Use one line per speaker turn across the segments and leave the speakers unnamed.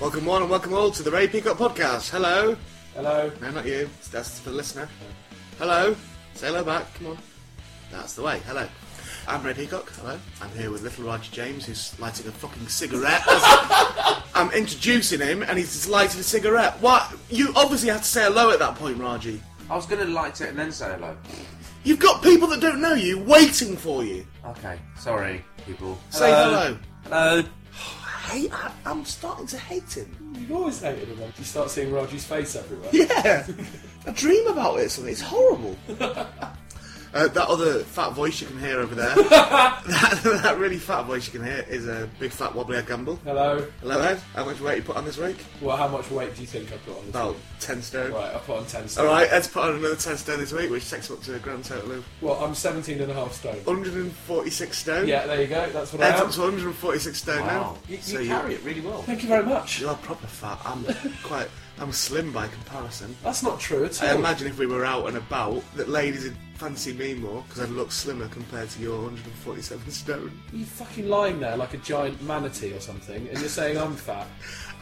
welcome all to the Ray Peacock podcast. Hello.
Hello.
No, not you. That's for the listener. Hello. Say hello back. Come on. That's the way. Hello. I'm Ray Peacock. Hello. I'm here with little Roger James, who's lighting a fucking cigarette. As I'm introducing him, and he's just lighting a cigarette. What? You obviously have to say hello at that point, Raji.
I was going to light it and then say hello.
You've got people that don't know you waiting for you.
Okay, sorry, people.
Say hello.
Hello.
Hey, I, I'm starting to hate him.
You've always hated him. You start seeing Roger's face everywhere.
Yeah. I dream about it. or Something. It's horrible. Uh, that other fat voice you can hear over there, that, that really fat voice you can hear is a big fat wobbly head gamble.
Hello.
Hello, Ed. How much weight you put on this week?
Well, how much weight do you think I put on this?
About 10 stone.
Right, I put on 10
All
stone.
right, Ed's put on another 10 stone this week, which takes him up to a grand total of
Well, I'm 17 and a half stone.
146 stone.
Yeah, there you go. That's what
Ed's
I
up
am.
to 146 stone now.
Wow. You, you
So
carry it really well.
Thank you very much.
You're proper fat. I'm quite. I'm slim by comparison.
That's not true at
I
all.
imagine if we were out and about, that ladies would fancy me more because I'd look slimmer compared to your 147 stone.
You're fucking lying there like a giant manatee or something, and you're saying I'm fat.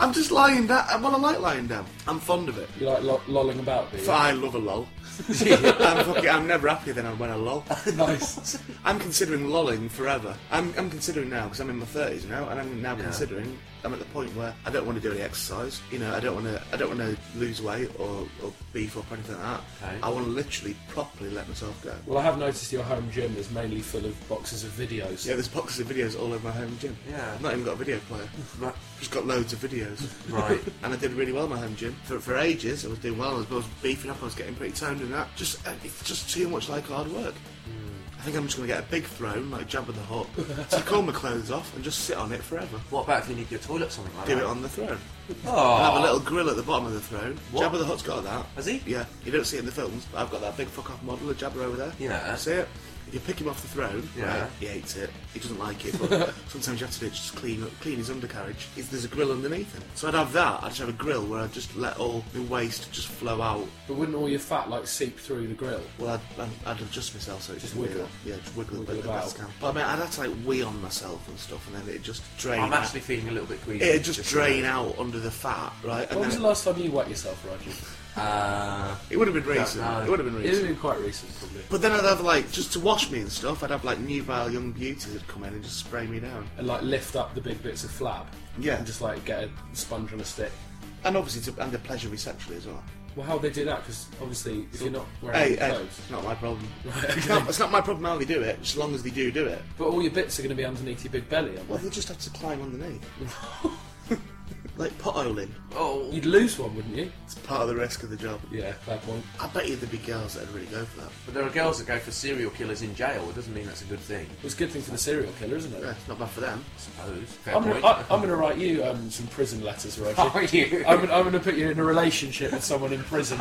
I'm just lying down. Well, I like lying down. I'm fond of it.
You're like lo- lolling about, do you?
But I love a lol. I'm, fucking, I'm never happier than I when I lol.
nice.
I'm considering lolling forever. I'm, I'm considering now because I'm in my thirties now, and I'm now considering. I'm at the point where I don't want to do any exercise. You know, I don't want to. I don't want to lose weight or, or beef up or anything like that.
Okay.
I want to literally properly let myself go.
Well, I have noticed your home gym is mainly full of boxes of videos.
Yeah, there's boxes of videos all over my home gym.
Yeah.
I've not even got a video player.
Right.
Just got loads of videos.
right.
And I did really well in my home gym for, for ages. I was doing well. I was, I was beefing up. I was getting pretty toned and that. Just uh, it's just too much like hard work. I think I'm just going to get a big throne like Jabba the Hutt, take all my clothes off and just sit on it forever.
What about if you need your toilet or something like
Do
that?
it on the throne.
Oh.
Have a little grill at the bottom of the throne.
What?
Jabba the Hutt's got that.
Has he?
Yeah. You don't see it in the films, but I've got that big fuck off model of Jabba over there.
Yeah.
See it? If you pick him off the throne,
Yeah.
right, he hates it. He doesn't like it, but sometimes you have to do it just to clean up, clean his undercarriage. Is there's a grill underneath him. So I'd have that. I'd just have a grill where I'd just let all the waste just flow out.
But wouldn't all your fat like seep through the grill?
Well, I'd, I'd, I'd adjust myself so it
Just
didn't
wiggle.
wiggle. Yeah, just wiggle,
Wiggle
a bit the best I
about.
can. But I mean, I'd have to like wee on myself and stuff, and then it just drain.
I'm
out.
actually feeling a little bit queasy.
It'd just drain
now.
out under the fat, right?
When
And
was
then
the last time you wet yourself, Roger?
Uh,
it would have been recent.
no.
It would have been
It's
recent.
been quite recent, probably.
But then I'd have like just to wash me and stuff. I'd have like nubile young beauties that come in and just spray me down.
and like lift up the big bits of flab.
Yeah.
And just like get a sponge on a stick.
And obviously, to, and the pleasure me sexually as well.
Well, how they do that? Because obviously, if you're not wearing
Hey,
any
hey,
clothes,
it's not my problem.
Right,
it's, not, it's not my problem how they do it, as long as they do do it.
but all your bits are going to be underneath your big belly. Aren't
Well,
they?
they just have to climb underneath. like potholing.
oh.
You'd lose one, wouldn't you?
It's part of the risk of the job.
Yeah, fair point.
I bet you there'd be girls that'd really go for that.
But there are girls that go for serial killers in jail. It doesn't mean that's a good thing,
It's a good thing for the serial killer, isn't it?
Yeah, it's not bad for them.
I suppose. Fair
I'm
point. Oh,
gonna, I, I'm going to write you um, some prison letters, Roger.
Are you?
I'm, gonna- I'm going to put you in a relationship with someone in prison.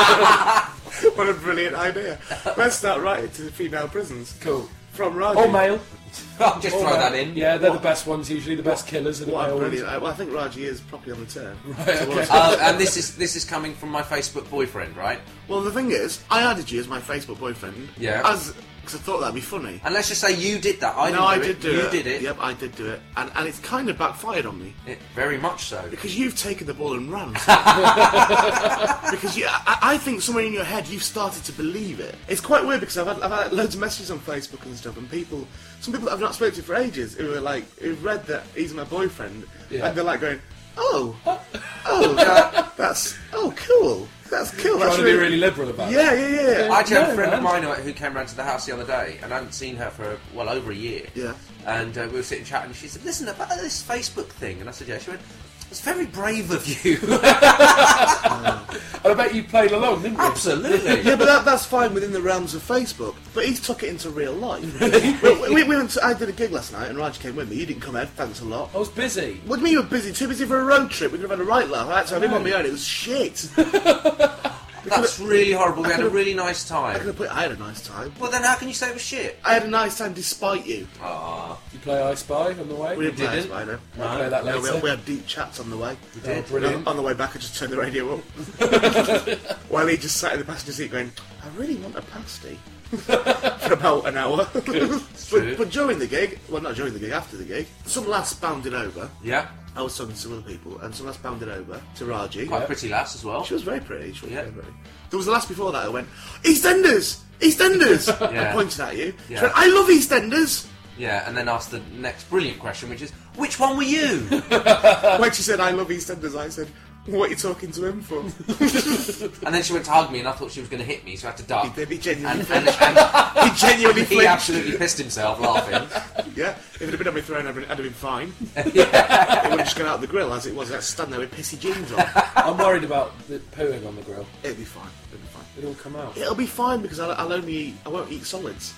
what a brilliant idea. Let's start writing to the female prisons.
cool.
From Raji.
Or male.
I'll just
Or
throw
male.
that in.
Yeah, they're the best ones usually. The best killers are the
What a
male ones.
brilliant I, well, I think Raji is properly on the turn.
Right, okay.
Uh, and this is this is coming from my Facebook boyfriend, right?
Well, the thing is, I added you as my Facebook boyfriend.
Yeah.
As because I thought that'd be funny.
And let's just say you did that. I
no, I
didn't
did do
you
it.
did it.
Yep, I did do it, and and it's kind of backfired on me
It- Very much so.
because you've taken the ball and run. because you, I, I think somewhere in your head you've started to believe it. It's quite weird because I've had, I've had loads of messages on Facebook and stuff, and people, some people that I've not spoken to for ages, who are like, who read that he's my boyfriend,
Yeah.
and they're like going, oh, oh, that, that's oh, cool, that's cool.
Trying
that's
to be really liberal about it.
Yeah, yeah, yeah.
I actually had
No,
a friend of
man.
mine who- who came round to the house the other day, and I hadn't seen her for well over a year.
Yeah.
And uh, we were sitting chatting. and She said, "Listen about this Facebook thing," and I said, "Yeah." She went, "It's very brave of you."
And I bet you played along, didn't you?
Absolutely.
Yeah, but that, that's fine within the realms of Facebook. But he took it into real life. we, we, we went to, I did a gig last night, and Raj came with me. You didn't come, Ed. Thanks a lot.
I was busy.
What do you mean you were busy? Too busy for a road trip. We could have had a right laugh. I had to have him on my own. It was shit. I
That's really horrible. We had a
could've-
really nice
could
time.
have put. I had a nice time.
Well, then how can you say it was shit?
I had a nice time despite you.
Ah,
Did you play I Spy on the way?
We didn't play
didn't?
Spider.
We'll play that
No, we,
later.
had, we had deep chats on the way.
we
Oh,
did.
brilliant.
On the way back, I just turned the radio up. While he just sat in the passenger seat going, I really want a pasty. For about an hour.
true.
but, but during the gig, well, not during the gig, after the gig, some lads bounded over.
yeah.
I was talking to some other people, and someone else bounded over to Raji.
Quite a pretty lass as well.
She was very pretty. She was
Yeah.
very pretty. There was the last before that. I went EastEnders, EastEnders.
Yeah.
I pointed at you.
Yeah.
She went, I love EastEnders.
Yeah, and then asked the next brilliant question, which is, which one were you?
when she said I love EastEnders, I said, What are you talking to him for?
and then she went to hug me, and I thought she was going to hit me, so I had to duck.
He genuinely,
And, and, and
he genuinely
he
flinched.
absolutely pissed himself laughing.
Yeah, if it had been on my throne, I'd have been fine.
yeah.
it would have just gone out the grill as it was. I'd stand there with pissy jeans on.
I'm worried about the pooing on the grill.
It'll be fine. It'll be fine.
It'll come out.
It'll be fine because I'll, I'll only eat, I won't eat solids.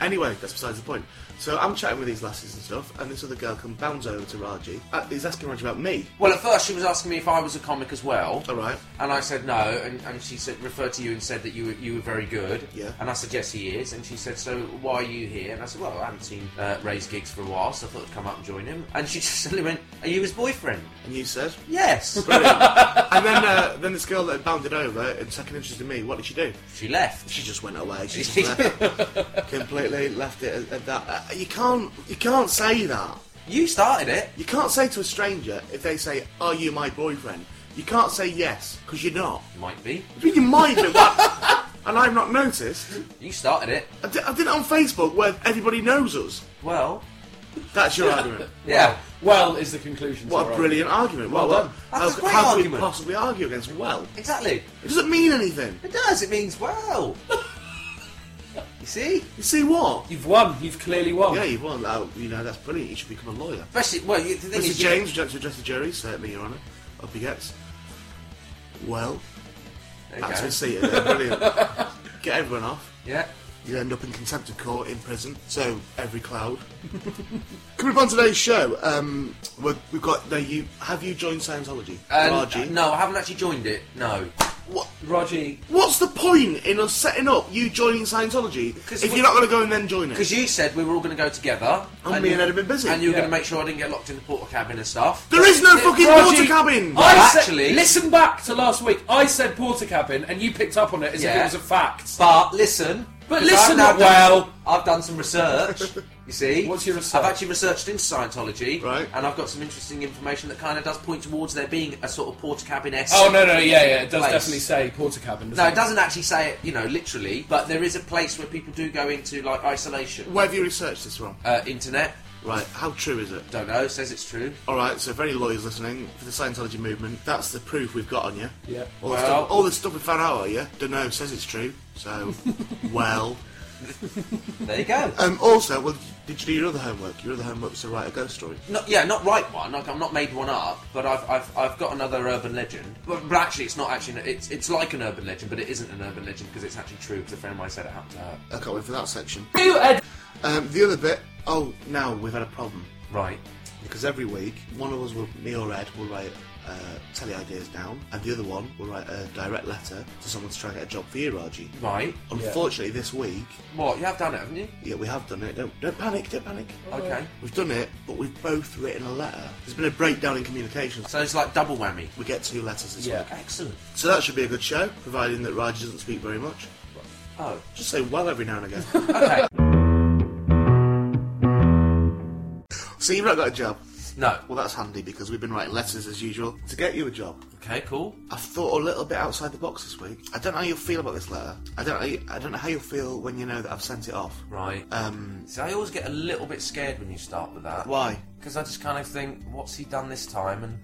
anyway, that's besides the point. So I'm chatting with these lasses and stuff, and this other girl comes bounds over to Raji. Uh, he's asking Raji about me.
Well, at first she was asking me if I was a comic as well.
All right.
And I said no, and, and she said referred to you and said that you were, you were very good.
Yeah.
And I said yes, he is. And she said, so why are you here? And I said, well, I haven't seen uh, Ray's gigs for a while, so I thought I'd come up and join him. And she just suddenly went, are you his boyfriend?
And you said,
Yes.
brilliant. and then uh, then this girl that bounded over and second interest in me, what did she do?
she left.
She just went away. She just left. Completely left it at, at that. Uh, you can't you can't say that.
You started it.
You can't say to a stranger if they say, "Are you my boyfriend?" You can't say yes because you're not.
Might be.
You might do that, and I've not noticed.
You started it.
I did, I did it on Facebook where everybody knows us.
Well,
That's your argument.
yeah.
Well, is the conclusion. to
What
our
a brilliant argument.
Well
Well, what,
done.
how,
That's a great
how could you
argument.
possibly argue against well?
Exactly.
It doesn't mean anything.
It does. It means wow. you see?
You see what?
You've won. You've clearly won.
Yeah, you won. Oh, you know, that's brilliant. You should become a lawyer.
Especially, well, you- the thing
Mr.
is, you-
James, would you like to address the jury? Certainly, Your Honour. Up he gets. Well,
There you
that's
go.
been seated there. Brilliant. Get everyone off.
Yeah.
You end up in contempt of court in prison. So every cloud. Coming up on today's show, um, we've, we've got. No, you have you joined Scientology?
Um,
Raji?
no, I haven't actually joined it. No.
What,
Raji,
what's the point in us setting up you joining Scientology if
we-
you're not going to go and then join it?
Because you said we were all going to go together.
And me and Ed have been busy.
And you were
Yeah.
going to make sure I didn't get locked in the porter cabin and stuff.
There is no fucking water
Raji,
cabin.
I
Well,
said-
actually-
listen back to last week. I said porter cabin, and you picked up on it as if
Yeah.
it was a fact.
But listen.
But
'cause
listen,
I've now done-
well.
I've done some research. You see?
What's your research?
I've actually researched into Scientology.
Right.
And I've got some interesting information that kind of does point towards there being a sort of porter cabin esque.
Oh no, no, yeah, yeah. It does
Place.
definitely say porter cabin. doesn't
No, it doesn't actually say it, you know, literally, but there is a place where people do go into, like, isolation.
Where have you researched this from?
Uh, internet,
Right, how true is it?
don't know, says it's true.
All right, so very lawyers listening for the Scientology movement. That's the proof we've got on you.
Yeah.
All, the,
Well-
stuff, all the stuff we found out on you. Don't know. Says it's true. So, well.
There you go.
Um, also, well, did you do your other homework? Your other homework was to write a ghost story.
Not, yeah, not right one. Like, I've not made one up, but I've, I've, I've got another urban legend. But, but actually, it's not actually. It's it's like an urban legend, but it isn't an urban legend because it's actually true. Because a friend of mine said it happened to her.
I can't wait for that section.
it? You, Ed.
Um, the other bit. Oh, now we've had a problem
Right.
because every week one of us, will, me or Ed, will write uh, telly ideas down, and the other one will write a direct letter to someone to try and get a job for you, Raji.
Right.
Unfortunately, this week,
What you have done it, haven't you?
yeah, we have done it. Don't don't panic. Don't panic.
Okay.
We've done it, but we've both written a letter. There's been a breakdown in communication. So
So it's like double whammy.
we get two letters this
Yeah.
week.
Excellent.
So that should be a good show, providing that Raji doesn't speak very much.
Oh.
Just say well every now and again.
Okay.
so you've not got a job.
no.
Well, that's handy because we've been writing letters as usual to get you a job.
Okay. Cool.
I've thought a little bit outside the box this week. I don't know how you'll feel about this letter. I don't. Know, you- I don't know how you'll feel when you know that I've sent it off.
Right.
Um,
See, I always get a little bit scared when you start with that.
why?
Because I just kind of think, what's he done this time? And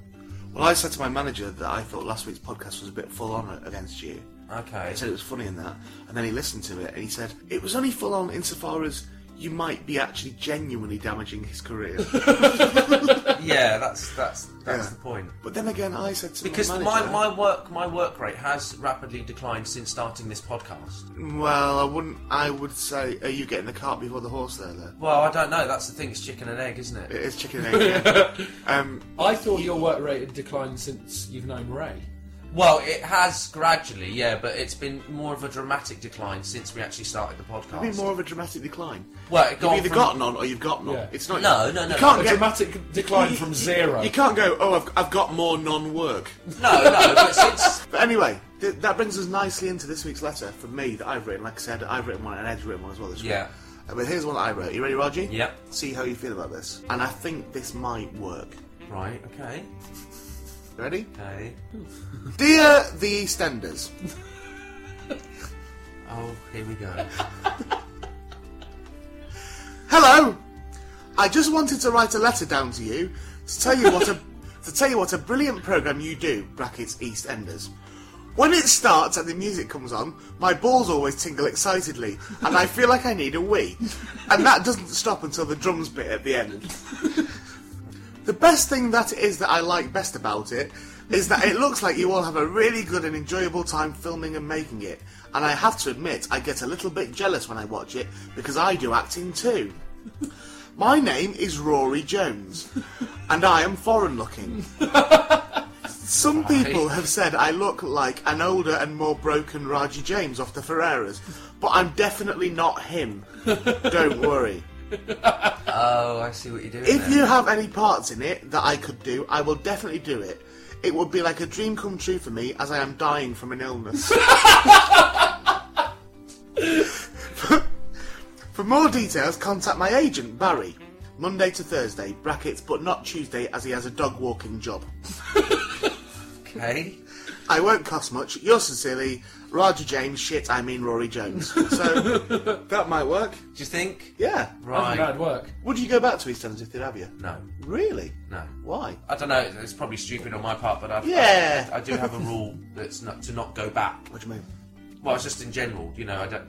Well, I said to my manager that I thought last week's podcast was a bit full on against you.
okay.
I said it was funny in that, and then he listened to it and he said it was only full on insofar as you might be actually genuinely damaging his career.
yeah, that's that's that's
Yeah.
the point.
but then again, I said to
Because
my
my,
manager,
my work my work rate has rapidly declined since starting this podcast.
well, I wouldn't. I would say, are you getting the cart before the horse there? There,
Well, I don't know. That's the thing. It's chicken and egg, isn't it?
it is chicken and egg. yeah. um,
I thought your work rate had declined since you've known Ray.
Well, it has gradually, yeah, but it's been more of a dramatic decline since we actually started the podcast.
be more of a dramatic decline.
Well, it
You've
gone
either
from-
got none or you've got none.
Yeah.
It's not.
No, no,
You
no.
can't
A
get.
dramatic decline
you-
from
you-
zero.
You can't go. Oh, I've, I've got more non-work.
No, no, but since
But anyway, th- that brings us nicely into this week's letter from me that I've written. Like I said, I've written one and Ed's written one as well this
Yeah.
week. Uh, But here's one that I wrote. You ready, Roger?
Yep.
See how you feel about this. And I think this might work.
Right, okay.
You ready?
Okay.
Dear the Stenders.
Oh, here we go.
Hello. I just wanted to write a letter down to you to tell you what a to tell you what a brilliant program you do. Brackets East Enders. When it starts and the music comes on, my balls always tingle excitedly, and I feel like I need a wee. And that doesn't stop until the drums bit at the end. The best thing that it is that I like best about it is that it looks like you all have a really good and enjoyable time filming and making it. And I have to admit, I get a little bit jealous when I watch it because I do acting too. My name is Rory Jones, and I am foreign looking. Some people have said I look like an older and more broken Raji James off the Ferreras, but I'm definitely not him. Don't worry.
Oh, I see what you're doing.
If
there.
you have any parts in it that I could do, I will definitely do it. It would be like a dream come true for me as I am dying from an illness. for more details, contact my agent, Barry. Monday to Thursday, brackets, but not Tuesday as he has a dog walking job.
Okay.
I won't cost much. Yours sincerely, Roger James. Shit, I mean Rory Jones. So, that might work.
Do you think?
Yeah.
That's
Right.
bad work.
Would you go back to EastEnders if they'd have you?
No.
Really?
No.
Why?
I don't know. It's probably stupid on my part, but I,
Yeah.
I, I do have a rule that's not to not go back.
What do you mean?
Well, it's just in general. You know, I don't.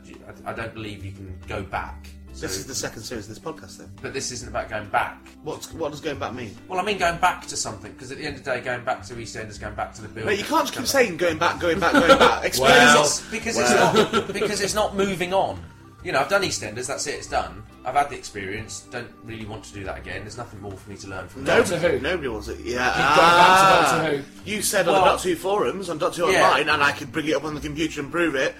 I, I don't believe you can go back. So-
This is the second series of this podcast, then.
but this isn't about going back.
What's, what does going back mean?
Well, I mean going back to something because at the end of the day, going back to EastEnders, going back to the build.
But you can't just keep saying going back, going back, going back. Explain
Well-
it.
because
Well.
it's not because it's not moving on. You know, I've done EastEnders. That's it. It's done. I've had the experience. Don't really want to do that again. There's nothing more for me to learn from. that.
Nobody,
Doctor Who.
nobody wants it. Yeah.
back to
ah.
Doctor
You said on
Well-
the Doctor Who forums, on Doctor Who
Yeah.
Online, and I could bring it up on the computer and prove it.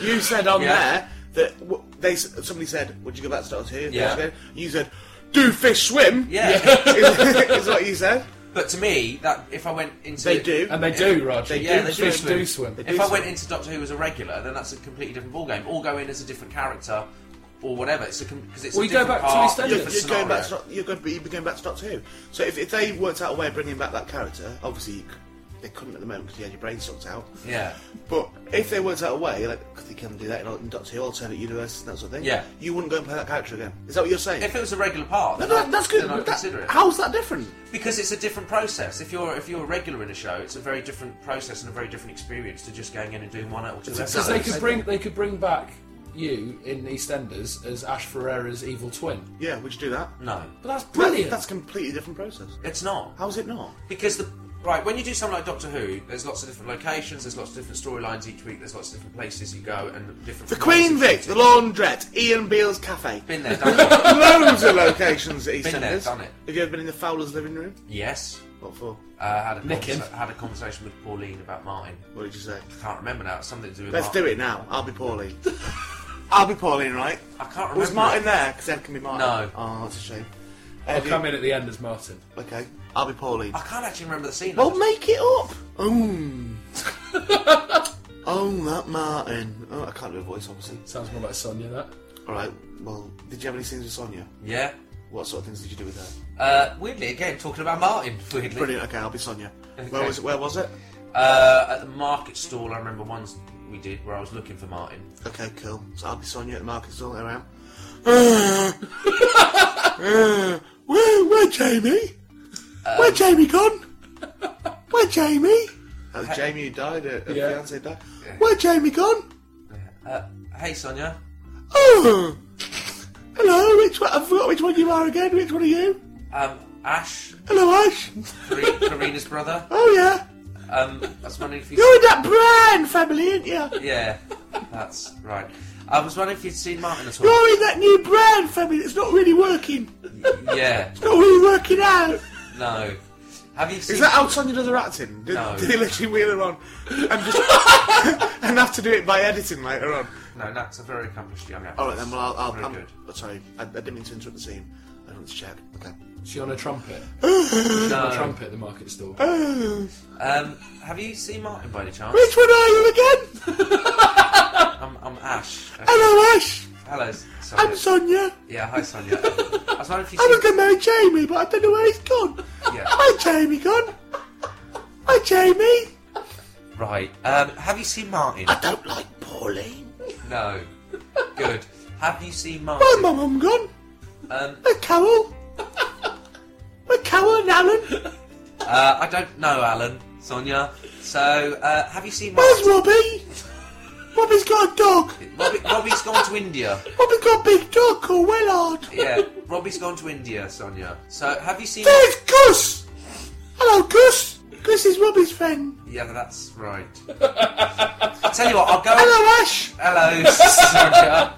You said on
Yeah.
there that w- they s- somebody said, "Would you go back to Doctor Who?"
Yeah.
Years ago? You said, "Do fish swim?"
Yeah.
is, is what you said.
But to me, that if I went into
They do.
And they do, Roger.
They
Yeah,
do
they
Fish
swim.
do swim.
They do
If I
swim.
went into Doctor Who as a regular, then that's a completely different ballgame. Or go in as a different character, or whatever. It's a because it's.
Well,
a
you go
different
back to
part,
EastEnders.
You're,
different
you're going back. To,
scenario.
Doc- you're going to be, you'd be going back to Doctor Who. So if, if they worked out a way of bringing back that character, obviously you c- they couldn't at the moment because you had your brain sucked out.
Yeah.
But if they worked out a way, like 'cause they can do that in, in Doctor Who, alternate universes and that sort of thing,
Yeah.
you wouldn't go and play that character again. Is that what you're saying?
If it was a regular part,
No,
then
no,
I'd-
that's good.
Then I'd
That-
consider it
how's that different?
because it's a different process. If you're if you're a regular in a show, it's a very different process and a very different experience to just going in and doing one or two episodes.
Because they
Exactly.
could bring they could bring back you in EastEnders as Ash Ferreira's evil twin.
Yeah, would you do that?
No,
But that's
That-
brilliant.
That's a completely different process.
it's not.
How's it not?
because the right when you do something like Doctor Who, there's lots of different locations, there's lots of different storylines each week, there's lots of different places you go and different.
The Queen Vic, the Laundrette, Ian Beale's Cafe.
Been there, done it.
Loads of locations at
Been there,
EastEnders.
done it.
Have you ever been in the Fowler's living room?
Yes,
What for?
uh, had a
Nicking.
conversa- had a conversation with Pauline about mine.
What did you say?
I can't remember now. It's something to do with.
Let's
Martin.
do it now. I'll be Pauline. I'll be Pauline, right?
I can't remember.
Was Martin there? Because Ed can be Martin.
No.
Oh, that's a shame.
I'll
Ed, you-
come in at the end as Martin.
Okay, I'll be Pauline.
I can't actually remember the scene.
Well, make it up. Oh. oh, that Martin. Oh, I can't do a voice, obviously.
Sounds more like Sonia that.
All right. Well, did you have any scenes with Sonia?
yeah.
What sort of things did you do with her?
Uh, weirdly, again talking about Martin. Weirdly,
Brilliant. Okay, I'll be Sonia. Where
Okay.
was it? Where was it?
Uh, at the market stall, I remember once we did where I was looking for Martin.
Okay, cool. So I'll be Sonia at the market stall. There I am. Uh, where, where Jamie? Where Jamie gone? Where Jamie? That was Jamie who died. uh, Her, her
Yeah.
fiance died. Where Jamie gone?
Uh, hey, Sonia.
Oh, hello. Which one? I forgot which one you are again. Which one are you?
Um, Ash,
Hello, Ash.
Kare- Karina's brother.
Oh yeah,
Um, I was wondering if you.
you're in that brand family, aren't you?
Yeah, that's right. I was wondering if you'd seen Martin at all.
You're in that new brand family. It's not really working.
yeah,
Not really working out.
no. Have you seen?
Is that how Sonia does her acting? Did,
No.
did he literally wheel her on and just and have to do it by editing later on?
No, that's a very accomplished young actor.
All right then. Well, I'll. I'll
Very
I'm, oh,
good.
Sorry, I, I didn't mean to interrupt the scene. I just wanted to check. Okay.
She on a trumpet.
No.
A trumpet at the market stall.
Oh,
Um, have you seen Martin by any chance?
which one are you again?
I'm, I'm Ash.
Hello, Ash.
Hello, S- Sonia.
I'm Sonia.
Yeah, hi, Sonia. I was wondering if you
I was
seen...
gonna marry Jamie, but I don't know where he's gone.
Yeah.
Hi, Jamie gone. Hi, Jamie.
Right. Um, have you seen Martin?
I don't like Pauline.
No. Good. Have you seen
My
Martin?
mum I'm gone.
Um,
Where's Carol? Where's Carol and Alan?
uh, I don't know, Alan, Sonia. So, uh, have you seen
Where's
Martin?
Robbie? Robbie's got a dog.
Robbie, Robbie's gone to India.
Robbie's got a big dog called Willard.
Yeah, Robbie's gone to India, Sonia. So, have you seen?
There's Gus. Hello, Gus. Gus is Robbie's friend.
Yeah, that's right. I tell you what, I'll go.
Hello, Ash.
Hello, Sonia.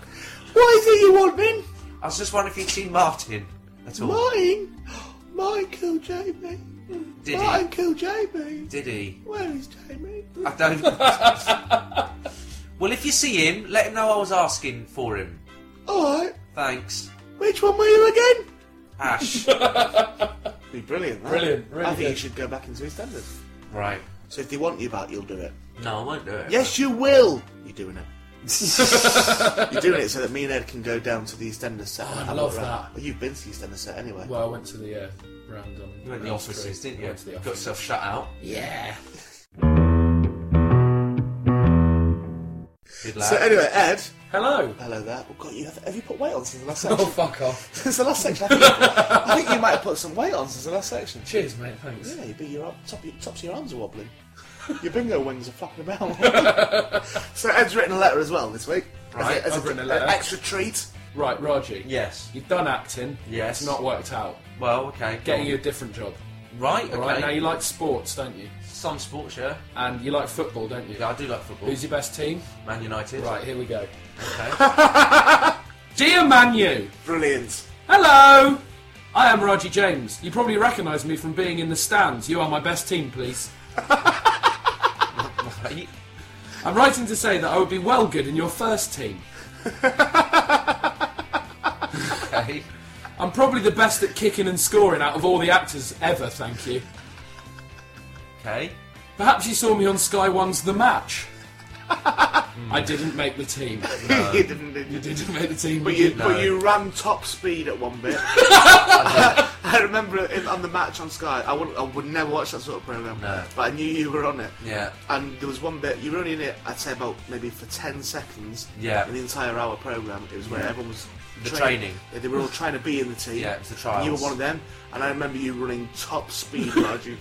What is it you want, Min?
I was just wondering if you'd seen Martin at all.
Martin. Martin killed Jamie.
Did
Martin
he?
killed Jamie.
Did he?
Where is Jamie?
I don't. well, if you see him, let him know I was asking for him.
Alright.
Thanks,
Which one were you again?
Ash.
Be brilliant. That.
Brilliant, really
I think you
good.
should go back into EastEnders.
right.
So if they want you back, you'll do it.
No, I won't do it.
Yes, you will. You're doing it. You're doing it so that me and Ed can go down to the EastEnders set. and
Oh, I
have a
love
look around.
that.
Well, you've been to the EastEnders set anyway.
Well, I went to the uh, round on.
You went to the
Elm
offices,
Street.
didn't
I
you?
went to the
Got
office.
yourself shut out.
Yeah.
Good
uh,
lad.
so anyway, Ed,
Hello.
hello there. Oh, God, you have, have you put weight on since the last
Oh
section?
fuck off.
since the last section, I think, I think you might have put some weight on since the last section.
Cheers, mate. Thanks.
Yeah, you be your top, your tops of your arms are wobbling. Your bingo wings are flapping about. so Ed's written a letter as well this week. As
Right,
as
I've written a letter.
an extra treat.
Right, Roger.
yes.
You've done acting.
Yes.
It's not worked out.
Well, okay. go
Getting
on.
you a different job.
right. Okay.
All right. Now you like sports, don't you?
Some sports, yeah.
And you like football, don't you?
Yeah, I do like football.
Who's your best team?
Man United.
Right. Here we go.
Okay.
Dear Manu.
Brilliant.
Hello! I am Raji James. You probably recognise me from being in the stands. You are my best team, please.
Right.
I'm writing to say that I would be well good in your first team.
Okay.
I'm probably the best at kicking and scoring out of all the actors ever, thank you.
Okay.
Perhaps you saw me on Sky One's The Match. I didn't make the team.
you didn't, did you?
You didn't make the team.
But
did
you,
you?
No.
but you ran top speed at one bit. I remember in, on the match on Sky, I would, I would never watch that sort of program.
No.
But I knew you were on it.
Yeah.
And there was one bit you were only in it, I'd say about maybe for ten seconds.
Yeah.
In the entire hour program, it was where everyone was
The
train-
training.
yeah, They were all trying to be in the team.
Yeah, it was the
And you were
trials.
one of them, and I remember you running top speed, Raj. You,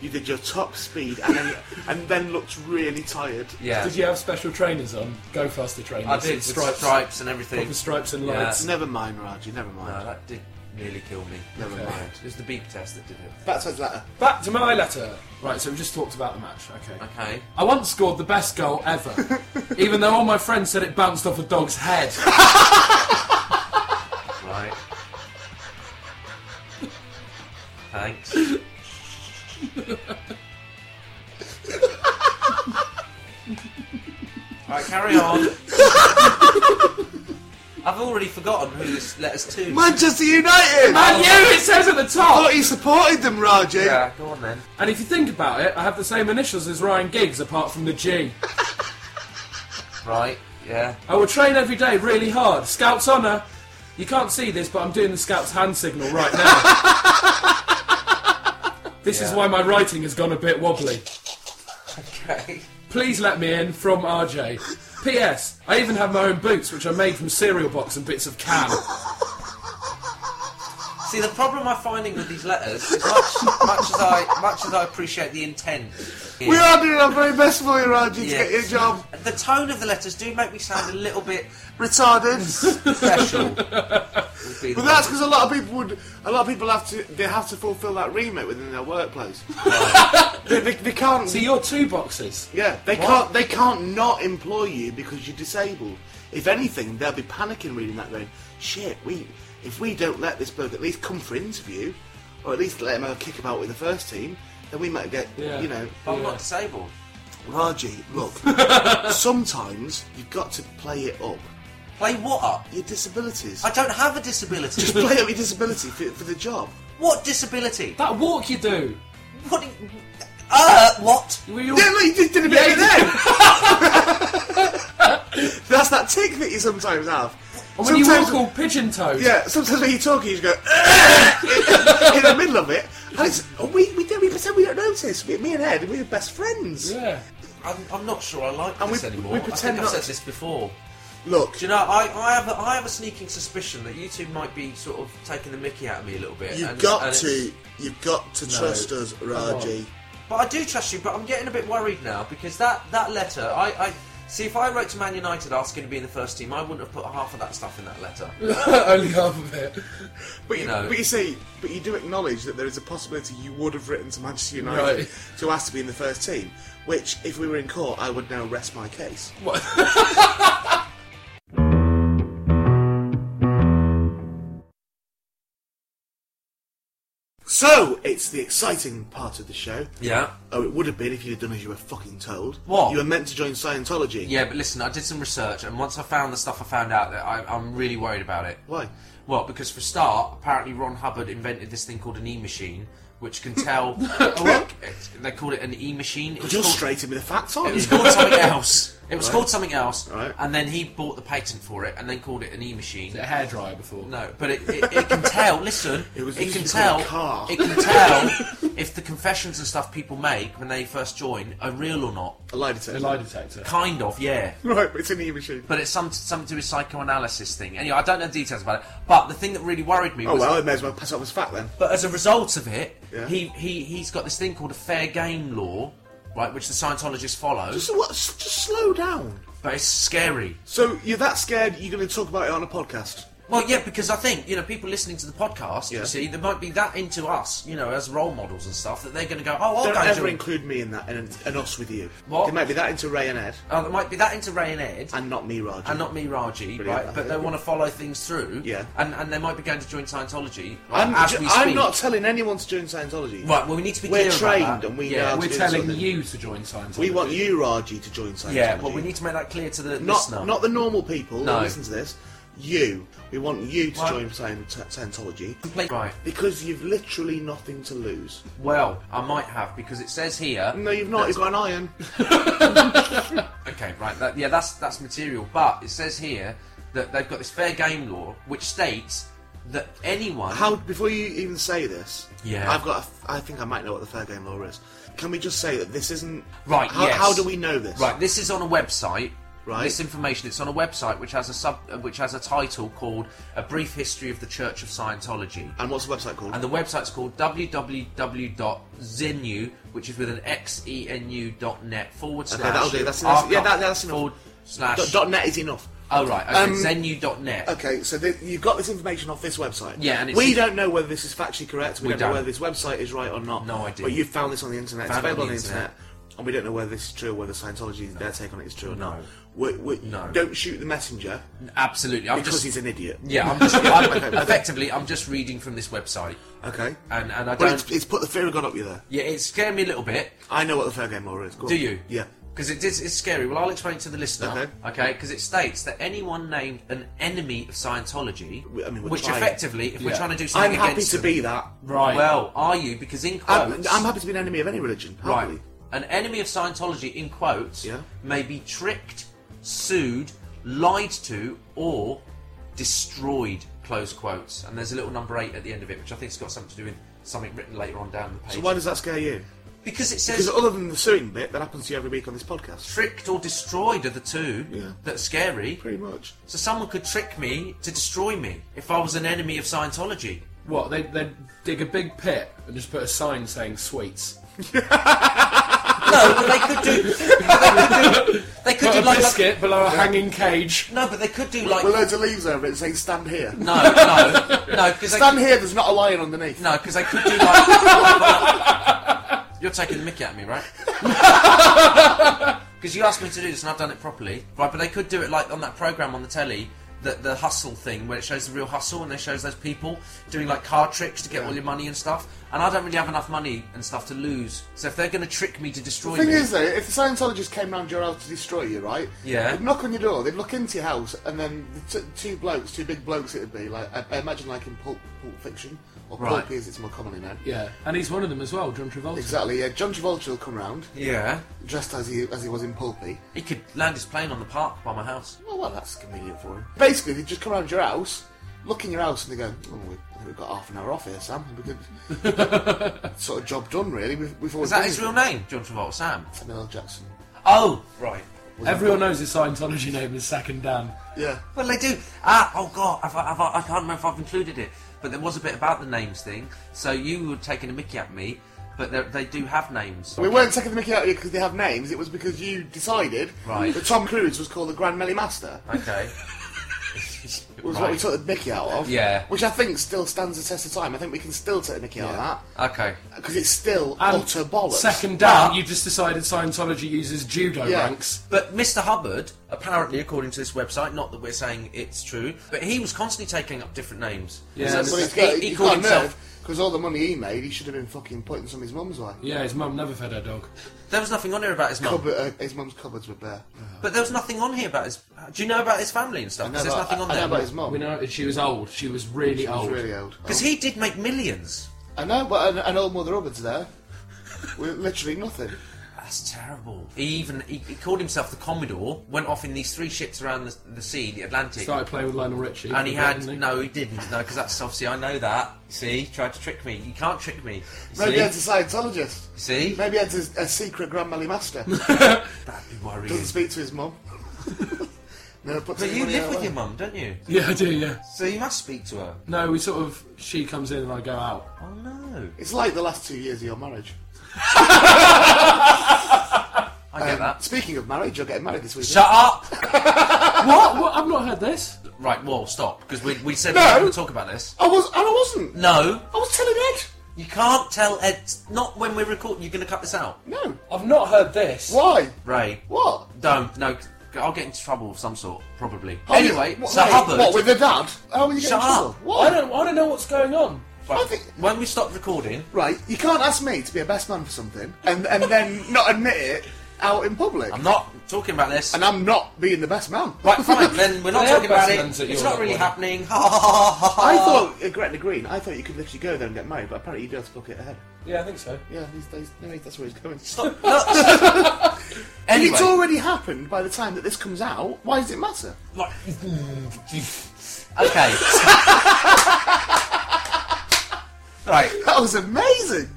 you did your top speed, and then and then looked really tired.
Yeah.
Did you have special trainers on? Go faster trainers.
I did
with
with
stripes,
stripes, and everything.
proper stripes and
Yeah.
lights.
Never mind, Raju. Never mind.
No, that did nearly kill me.
Never
Okay.
mind.
It was the beep test that did it.
Back to his letter.
Back to my letter. Right, so we just talked about the match. Okay.
Okay.
I once scored the best goal ever, even though all my friends said it bounced off a dog's head.
Right. Thanks. right, carry on. I've already forgotten who this letter's to.
Manchester United.
Man, you! It says at the
But
top!
he supported them, Raji.
yeah, go on then.
And if you think about it, I have the same initials as Ryan Giggs apart from the G.
Right, yeah.
I will train every day really hard. Scouts honour! You can't see this, but I'm doing the scout's hand signal right now. this is
Yeah.
why my writing has gone a bit wobbly.
Okay.
Please let me in from RJ. P.S. I even have my own boots, which I made from cereal box and bits of can.
See, the problem I'm finding with these letters is much, much as I much as I appreciate the intent.
We are doing our very best for you, Raji,
Yeah.
to get your job.
The tone of the letters do make me sound a little bit
Retarded.
special. would be the
but that's because a lot of people would. A lot of people have to. They have to fulfil that remit within their workplace. they, they, they can't.
So you're two boxes.
yeah, they can't. They can't not employ you because you're disabled. If anything, they'll be panicking reading that, going, "Shit, we. If we don't let this bloke at least come for interview, or at least let him have a kick about with the first team, then we might get.
Yeah.
You know,
But I'm
Yeah.
not disabled.
Raji, look. sometimes you've got to play it up.
Play what up?
Your disabilities.
I don't have a disability.
Just play up your disability for, for the job.
what disability?
That walk you do.
What? do you- Uh, what?
Were you-
Yeah, look, you just did a bit
Yeah,
of it then. That's that tick that you sometimes have.
And when you
Sometimes-
were called pigeon toed,
Yeah, sometimes when you're talking, you just go "Ugh," in the middle of it. And it's, we we don't we pretend we don't notice. Me, me and Ed, we're best friends.
yeah.
I'm, I'm not sure I like
And
this
we-
anymore.
we
I
pretend
think
not
I've said
to-
this before.
Look,
Do you know, I, I, have a, I have a sneaking suspicion that you two might be sort of taking the mickey out of me a little bit.
you've
and-
got
and it's-
to you've got to trust us, Raji.
But I do trust you, but I'm getting a bit worried now because that, that letter, I, I see if I wrote to Man United asking to be in the first team, I wouldn't have put half of that stuff in that letter.
Only half of it.
But
you
you,
know.
but you see, but you do acknowledge that there is a possibility you would have written to Manchester United
Right.
to ask to be in the first team. Which, if we were in court, I would now rest my case.
What?
So it's the exciting part of the show.
Yeah.
Oh, it would have been if you'd have done as you were fucking told.
What?
You were meant to join Scientology.
Yeah, but listen, I did some research, and once I found the stuff I found out, that I, I'm really worried about it.
Why?
Well, because for a start, apparently Ron Hubbard invented this thing called an e-machine, which can tell. Oh, look, it's- they called it an e-machine. It was
Just
called-
straight in with the facts on.
It was called something else. It was
Right.
called something else,
Right.
and then he bought the patent for it, and then called it an e-machine.
A hairdryer before.
No, but it, it, it can tell. Listen,
It was
it
easy
can
to call
tell.
a car.
It can tell if the confessions and stuff people make when they first join are real or not.
A lie detector.
A lie detector.
Kind of, yeah.
Right, but it's an e-machine.
But it's some something to do with psychoanalysis thing. Anyway, I don't know details about it. But the thing that really worried me
Oh
was
well, I may as well pass it off as fact then.
But as a result of it,
Yeah.
he, he, he's got this thing called a fair game law, right, which the Scientologists follow.
Just what? s- Just slow down.
but it's scary.
So you're that scared? You're going to talk about it on a podcast?
Well, yeah, because I think, you know, people listening to the podcast,
Yeah.
you see, they might be that into us, you know, as role models and stuff, that they're going to go, oh, I'll
Don't
go and
ever
join-
include me in that, and, and us with you.
What?
They might be that into Ray and Ed,
Oh, they might be that into Ray and Ed.
and not me, Raji.
and not me, Raji,
Brilliant.
right? But they want to follow things through,
Yeah.
And and they might be going to join Scientology right,
I'm,
as
ju-
we speak.
I'm not telling anyone to join Scientology.
Right. Well, we need to be
We're
clear about
trained
that.
and we
yeah.
know-
We're
Doing
telling
something.
you to join Scientology.
We want you, Raji, to join Scientology.
yeah. Well, we need to make that clear to the
not
listener.
not the normal people
No.
who listen to this. You. We want you to
Right.
join Scient- Scientology
right.
because you've literally nothing to lose.
Well, I might have because it says here.
No, you've not. You've got an iron.
Okay, right. That, yeah, that's that's material, but it says here that they've got this fair game law, which states that anyone.
How before you even say this?
Yeah.
I've got. A, f- I think I might know what the fair game law is. Can we just say that this isn't
Right,
How,
yes.
how do we know this?
Right. This is on a website.
Right.
This information. It's on a website which has a sub, uh, which has a title called "A Brief History of the Church of Scientology."
And what's the website called?
And the website's called www.zenu, which is with an x-e-n-u dot net forward slash.
that'll do, that's- that's- yeah, that- that's enough.
forward slash.
Dot- dot net is enough.
oh right, okay, zenu dot net.
Okay, so th- you've got this information off this website.
Yeah, and it's-
we don't know whether this is factually correct. We,
We
don't,
don't.
know whether this website is right or not.
No idea.
But you found this on the internet.
Found
it's
it on
available on
the
the internet. and we don't know whether this is true or whether Scientology their take on it is true or not. We, we,
No.
Don't shoot the messenger
Absolutely, I'm
because
just.
he's an idiot.
yeah, I'm just. I'm,
Okay, okay.
effectively, I'm just reading from this website,
Okay.
and and I
Well,
don't.
it's, it's put the fear of God up you there.
yeah, it scared me a little bit.
I know what the fair game law is. Go on.
Do you?
Yeah.
Because it is, it's scary. Well, I'll explain it to the listener.
Okay.
Okay. Because it states that anyone named an enemy of Scientology,
We- I mean, we're
which
trying.
effectively, if we're
Yeah.
trying to do
I'm
something
happy
against
to
them-
be that.
Right.
Well, are you? Because in
I'm,
quotes,
I'm happy to be an enemy of any religion.
right,
happily.
an enemy of Scientology in quotes
Yeah.
may be tricked, sued, lied to, or destroyed. Close quotes, and there's a little number eight at the end of it, which I think's got something to do with something written later on down the page.
So why does that scare you?
because it says
Because other than the suing bit that happens to you every week on this podcast,
tricked or destroyed are the two
Yeah.
that are scary.
pretty much.
So someone could trick me to destroy me if I was an enemy of Scientology.
What? They they dig a big pit and just put a sign saying sweets.
No, but they could do. They could do, they could
Put
do
a
like,
biscuit below a hanging cage.
No, but they could do like.
With
No,
loads of leaves over it saying "Stand here."
no, no, because they.
Stand here. There's not a lion underneath.
No, because they could do like. You're taking the mickey at me, right? Because you asked me to do this and I've done it properly, right? But they could do it like on that program on the telly, the the hustle thing where it shows the real hustle and they shows those people doing like card tricks to get all your money and stuff. and I don't really have enough money and stuff to lose. So if they're going to trick me to destroy
Thing
me,
is, though, if the Scientologists came round your house to destroy you, right?
Yeah.
They'd knock on your door, they'd look into your house, and then the t- two blokes, two big blokes, it'd be like I, I imagine like in Pulp, Pulp Fiction or
Right.
Pulpy as it's more commonly known.
Yeah, and he's one of them as well, John Travolta.
Exactly. Yeah. John Travolta will come round
yeah,
dressed as he as he was in Pulpy.
he could land his plane on the park by my house.
Oh well, that's convenient for him. Basically, they just come round your house, look in your house, and they go, "Oh, we, I think we've got half an hour off here, Sam. We could sort of job done, really. We've, we've always
Is that
done
his
it."
real name, John Travolta? Sam?
Samuel L. Jackson.
Oh, right.
Everyone knows his Scientology name is Sack and Dan.
Yeah.
Well, they do. Ah, oh god, I've, I've, I can't remember if I've included it, but there was a bit about the names thing. So you were taking a mickey at me, but they- they do have names.
We weren't taking the mickey out of you because they have names. It was because you decided
Right.
that Tom Cruise was called the Grand Melly Master.
Okay.
Was what we
Right.
took the mickey out of.
Yeah.
Which I think still stands the test of time. I think we can still take the mickey out of
Okay.
that because it's still
And
utter bollocks.
Second Dan,
But-
you just decided Scientology uses judo
Yeah.
ranks.
But Mr. Hubbard, apparently, according to this website, not that we're saying it's true, but he was constantly taking up different names.
Yeah, but
So
But
he-
he's got,
he,
he's
called
got a
himself.
nerve because all the money he made, he should have been fucking putting some of his mum's way.
Yeah, his mum never fed her dog.
There was nothing on here about his mum.
Cupboard, uh, his mum's cupboards were bare.
But there was nothing on here about his. Do you know about his family and stuff?
I know
Because there's
about-
nothing on
I know about
there.
his mum.
We know uh, she was old. She was really
She was
old.
really old.
Because he did make millions.
I know, but an, an old Mother Hubbard's there. With literally nothing.
That's terrible. He even he, he called himself the Commodore. Went off in these three ships around the, the sea, the Atlantic,
Started playing with Lionel Richie.
and he
for a bit,
had
didn't
no, he didn't. No, because that's obviously I know that. See, he tried to trick me. You can't trick me.
Maybe
See,
Ed's a Scientologist.
see,
Maybe Ed's a, a secret Grand Mally Master.
that'd be worrying.
Doesn't speak to his mum. no, puts
But
his
you
money
live
out
with
there.
your mum, don't you?
Yeah, I do. Yeah.
So you must speak to her.
No, we sort of. She comes in and I go out.
Oh no,
It's like the last two years of your marriage.
I
Um,
get that.
Speaking of marriage, you're getting married this weekend.
Shut up!
What? what? I've not heard this.
Right, well, stop because we we said
No.
we were going to talk about this.
I was, and I wasn't.
No,
I was telling Ed.
you can't tell Ed. Not when we're recording. You're going to cut this out,
No.
I've not heard this.
Why?
Ray.
What?
Don't. No, I'll get into trouble of some sort, probably. anyway,
what,
so
mate,
Hubbard.
What with the dad? How are you
Shut
getting in trouble?
up.
What?
don't. I don't know what's going on.
Right,
I think-
when we stopped recording,
Right, you can't ask me to be a best man for something and and then not admit it out in public.
I'm not talking about this.
and I'm not being the best man.
Right, fine. Then we're not
They are
talking about it.
presidents at
It's
your
not really
level.
happening. Ha ha ha ha ha.
I thought uh, Gretna Green. I thought you could literally go there and get married, but apparently you do have to book it ahead.
Yeah, I think so.
Yeah, these days, no, that's where he's going.
Stop. No. anyway,
It's already happened by the time that this comes out. Why does it matter?
Like- okay. right.
That was amazing.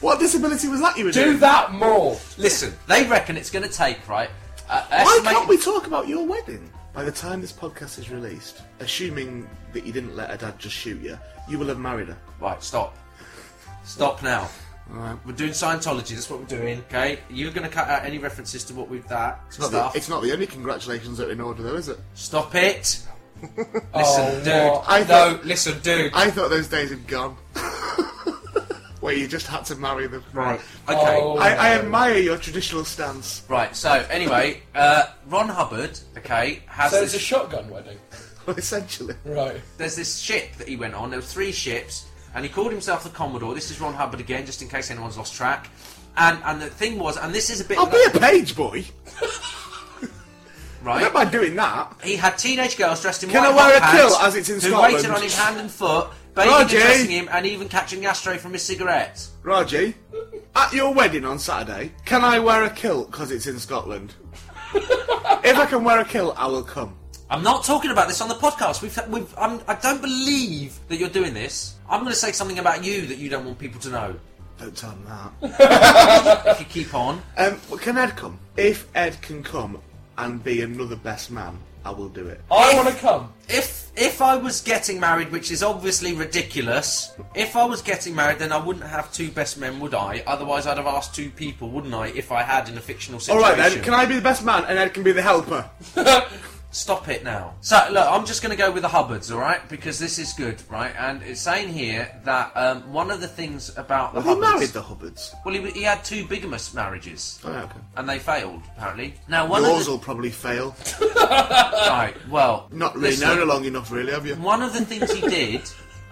What disability was that you were
Do
doing?
that more.
Listen, they reckon it's going to take right. Uh,
Why
estimate-
can't we talk about your wedding? By the time this podcast is released, assuming that you didn't let her dad just shoot you, you will have married her.
Right, stop. Stop now.
Alright.
We're doing Scientology. That's what we're doing. Okay, you're going to cut out any references to what we've that
Not the-
stuff.
it's not the only congratulations that are in order, though, is it?
Stop it. listen,
Oh,
dude.
what?
I
no,
thought-
listen, dude.
I thought those days had gone. Where you just had to marry them.
right. Okay.
Oh.
I, I admire your traditional stance.
Right. So anyway, uh, Ron Hubbard, okay, has
So
this,
it's a shotgun wedding.
Well, essentially.
Right.
there's this ship that he went on. There were three ships, and he called himself the Commodore. This is Ron Hubbard again, just in case anyone's lost track. And and the thing was, and this is a bit
I'll be a page boy. I
right.
don't mind doing that.
He had teenage girls dressed in
Can
white
I wear
hot
a kilt
pants
as it's in
who
Scotland?
waited on him hand and foot, bathing
Roger.
and dressing him, and even catching the ashtray from his cigarettes.
Raji, at your wedding on Saturday, can I wear a kilt because it's in Scotland? if I can wear a kilt, I will come.
I'm not talking about this on the podcast. We've, we've, I'm, I don't believe that you're doing this. I'm going to say something about you that you don't want people to know.
Don't tell him that.
If you keep on,
um, well, can Ed come? If Ed can come and be another best man, I will do it.
I
If-
want to come.
if if I was getting married, which is obviously ridiculous, if I was getting married, then I wouldn't have two best men, would I? Otherwise, I'd have asked two people, wouldn't I? If I had in a fictional
All
situation.
right then, can I be the best man and Ed can be the helper?
Stop it now. So look, I'm just going to go with the Hubbards, all right? Because this is good, right? And it's saying here that um, one of the things about the
Have you
Hubbards.
married the Hubbards?
well, he, he had two bigamous marriages.
Oh, yeah, okay.
and they failed apparently. Now one
Yours
of
will probably fail.
the, right, well,
Not really
listen,
known her long enough, really, have you?
One of the things he did,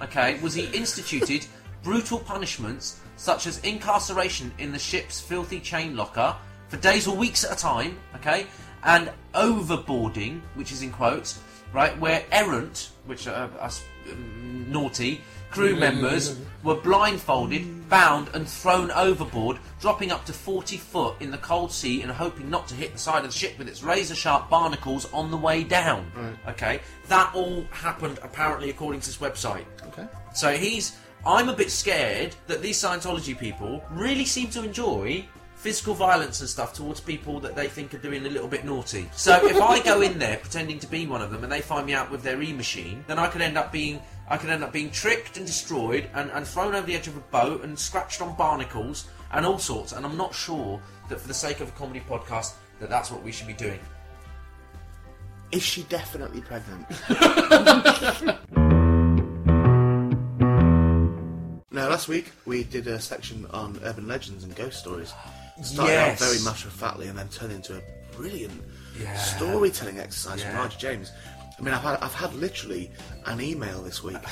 okay, was he instituted brutal punishments such as incarceration in the ship's filthy chain locker for days or weeks at a time, okay, and overboarding, which is in quotes, right, where errant, which are us um, naughty crew members were blindfolded, bound, and thrown overboard, dropping up to 40 foot in the cold sea and hoping not to hit the side of the ship with its razor sharp barnacles on the way down. Okay, that all happened apparently according to this website.
Okay.
So he's. I'm a bit scared that these Scientology people really seem to enjoy physical violence and stuff towards people that they think are doing a little bit naughty. So if I go in there pretending to be one of them and they find me out with their e-machine, then I could end up being I could end up being tricked and destroyed and, and thrown over the edge of a boat and scratched on barnacles and all sorts. And I'm not sure that for the sake of a comedy podcast that that's what we should be doing.
Is she definitely pregnant? now, last week we did a section on urban legends and ghost stories. Started
Yes.
out very matter of factly and then turned into a brilliant
Yeah.
storytelling exercise from
Yeah.
Roger James. I mean, I've had, I've had literally an email this week, like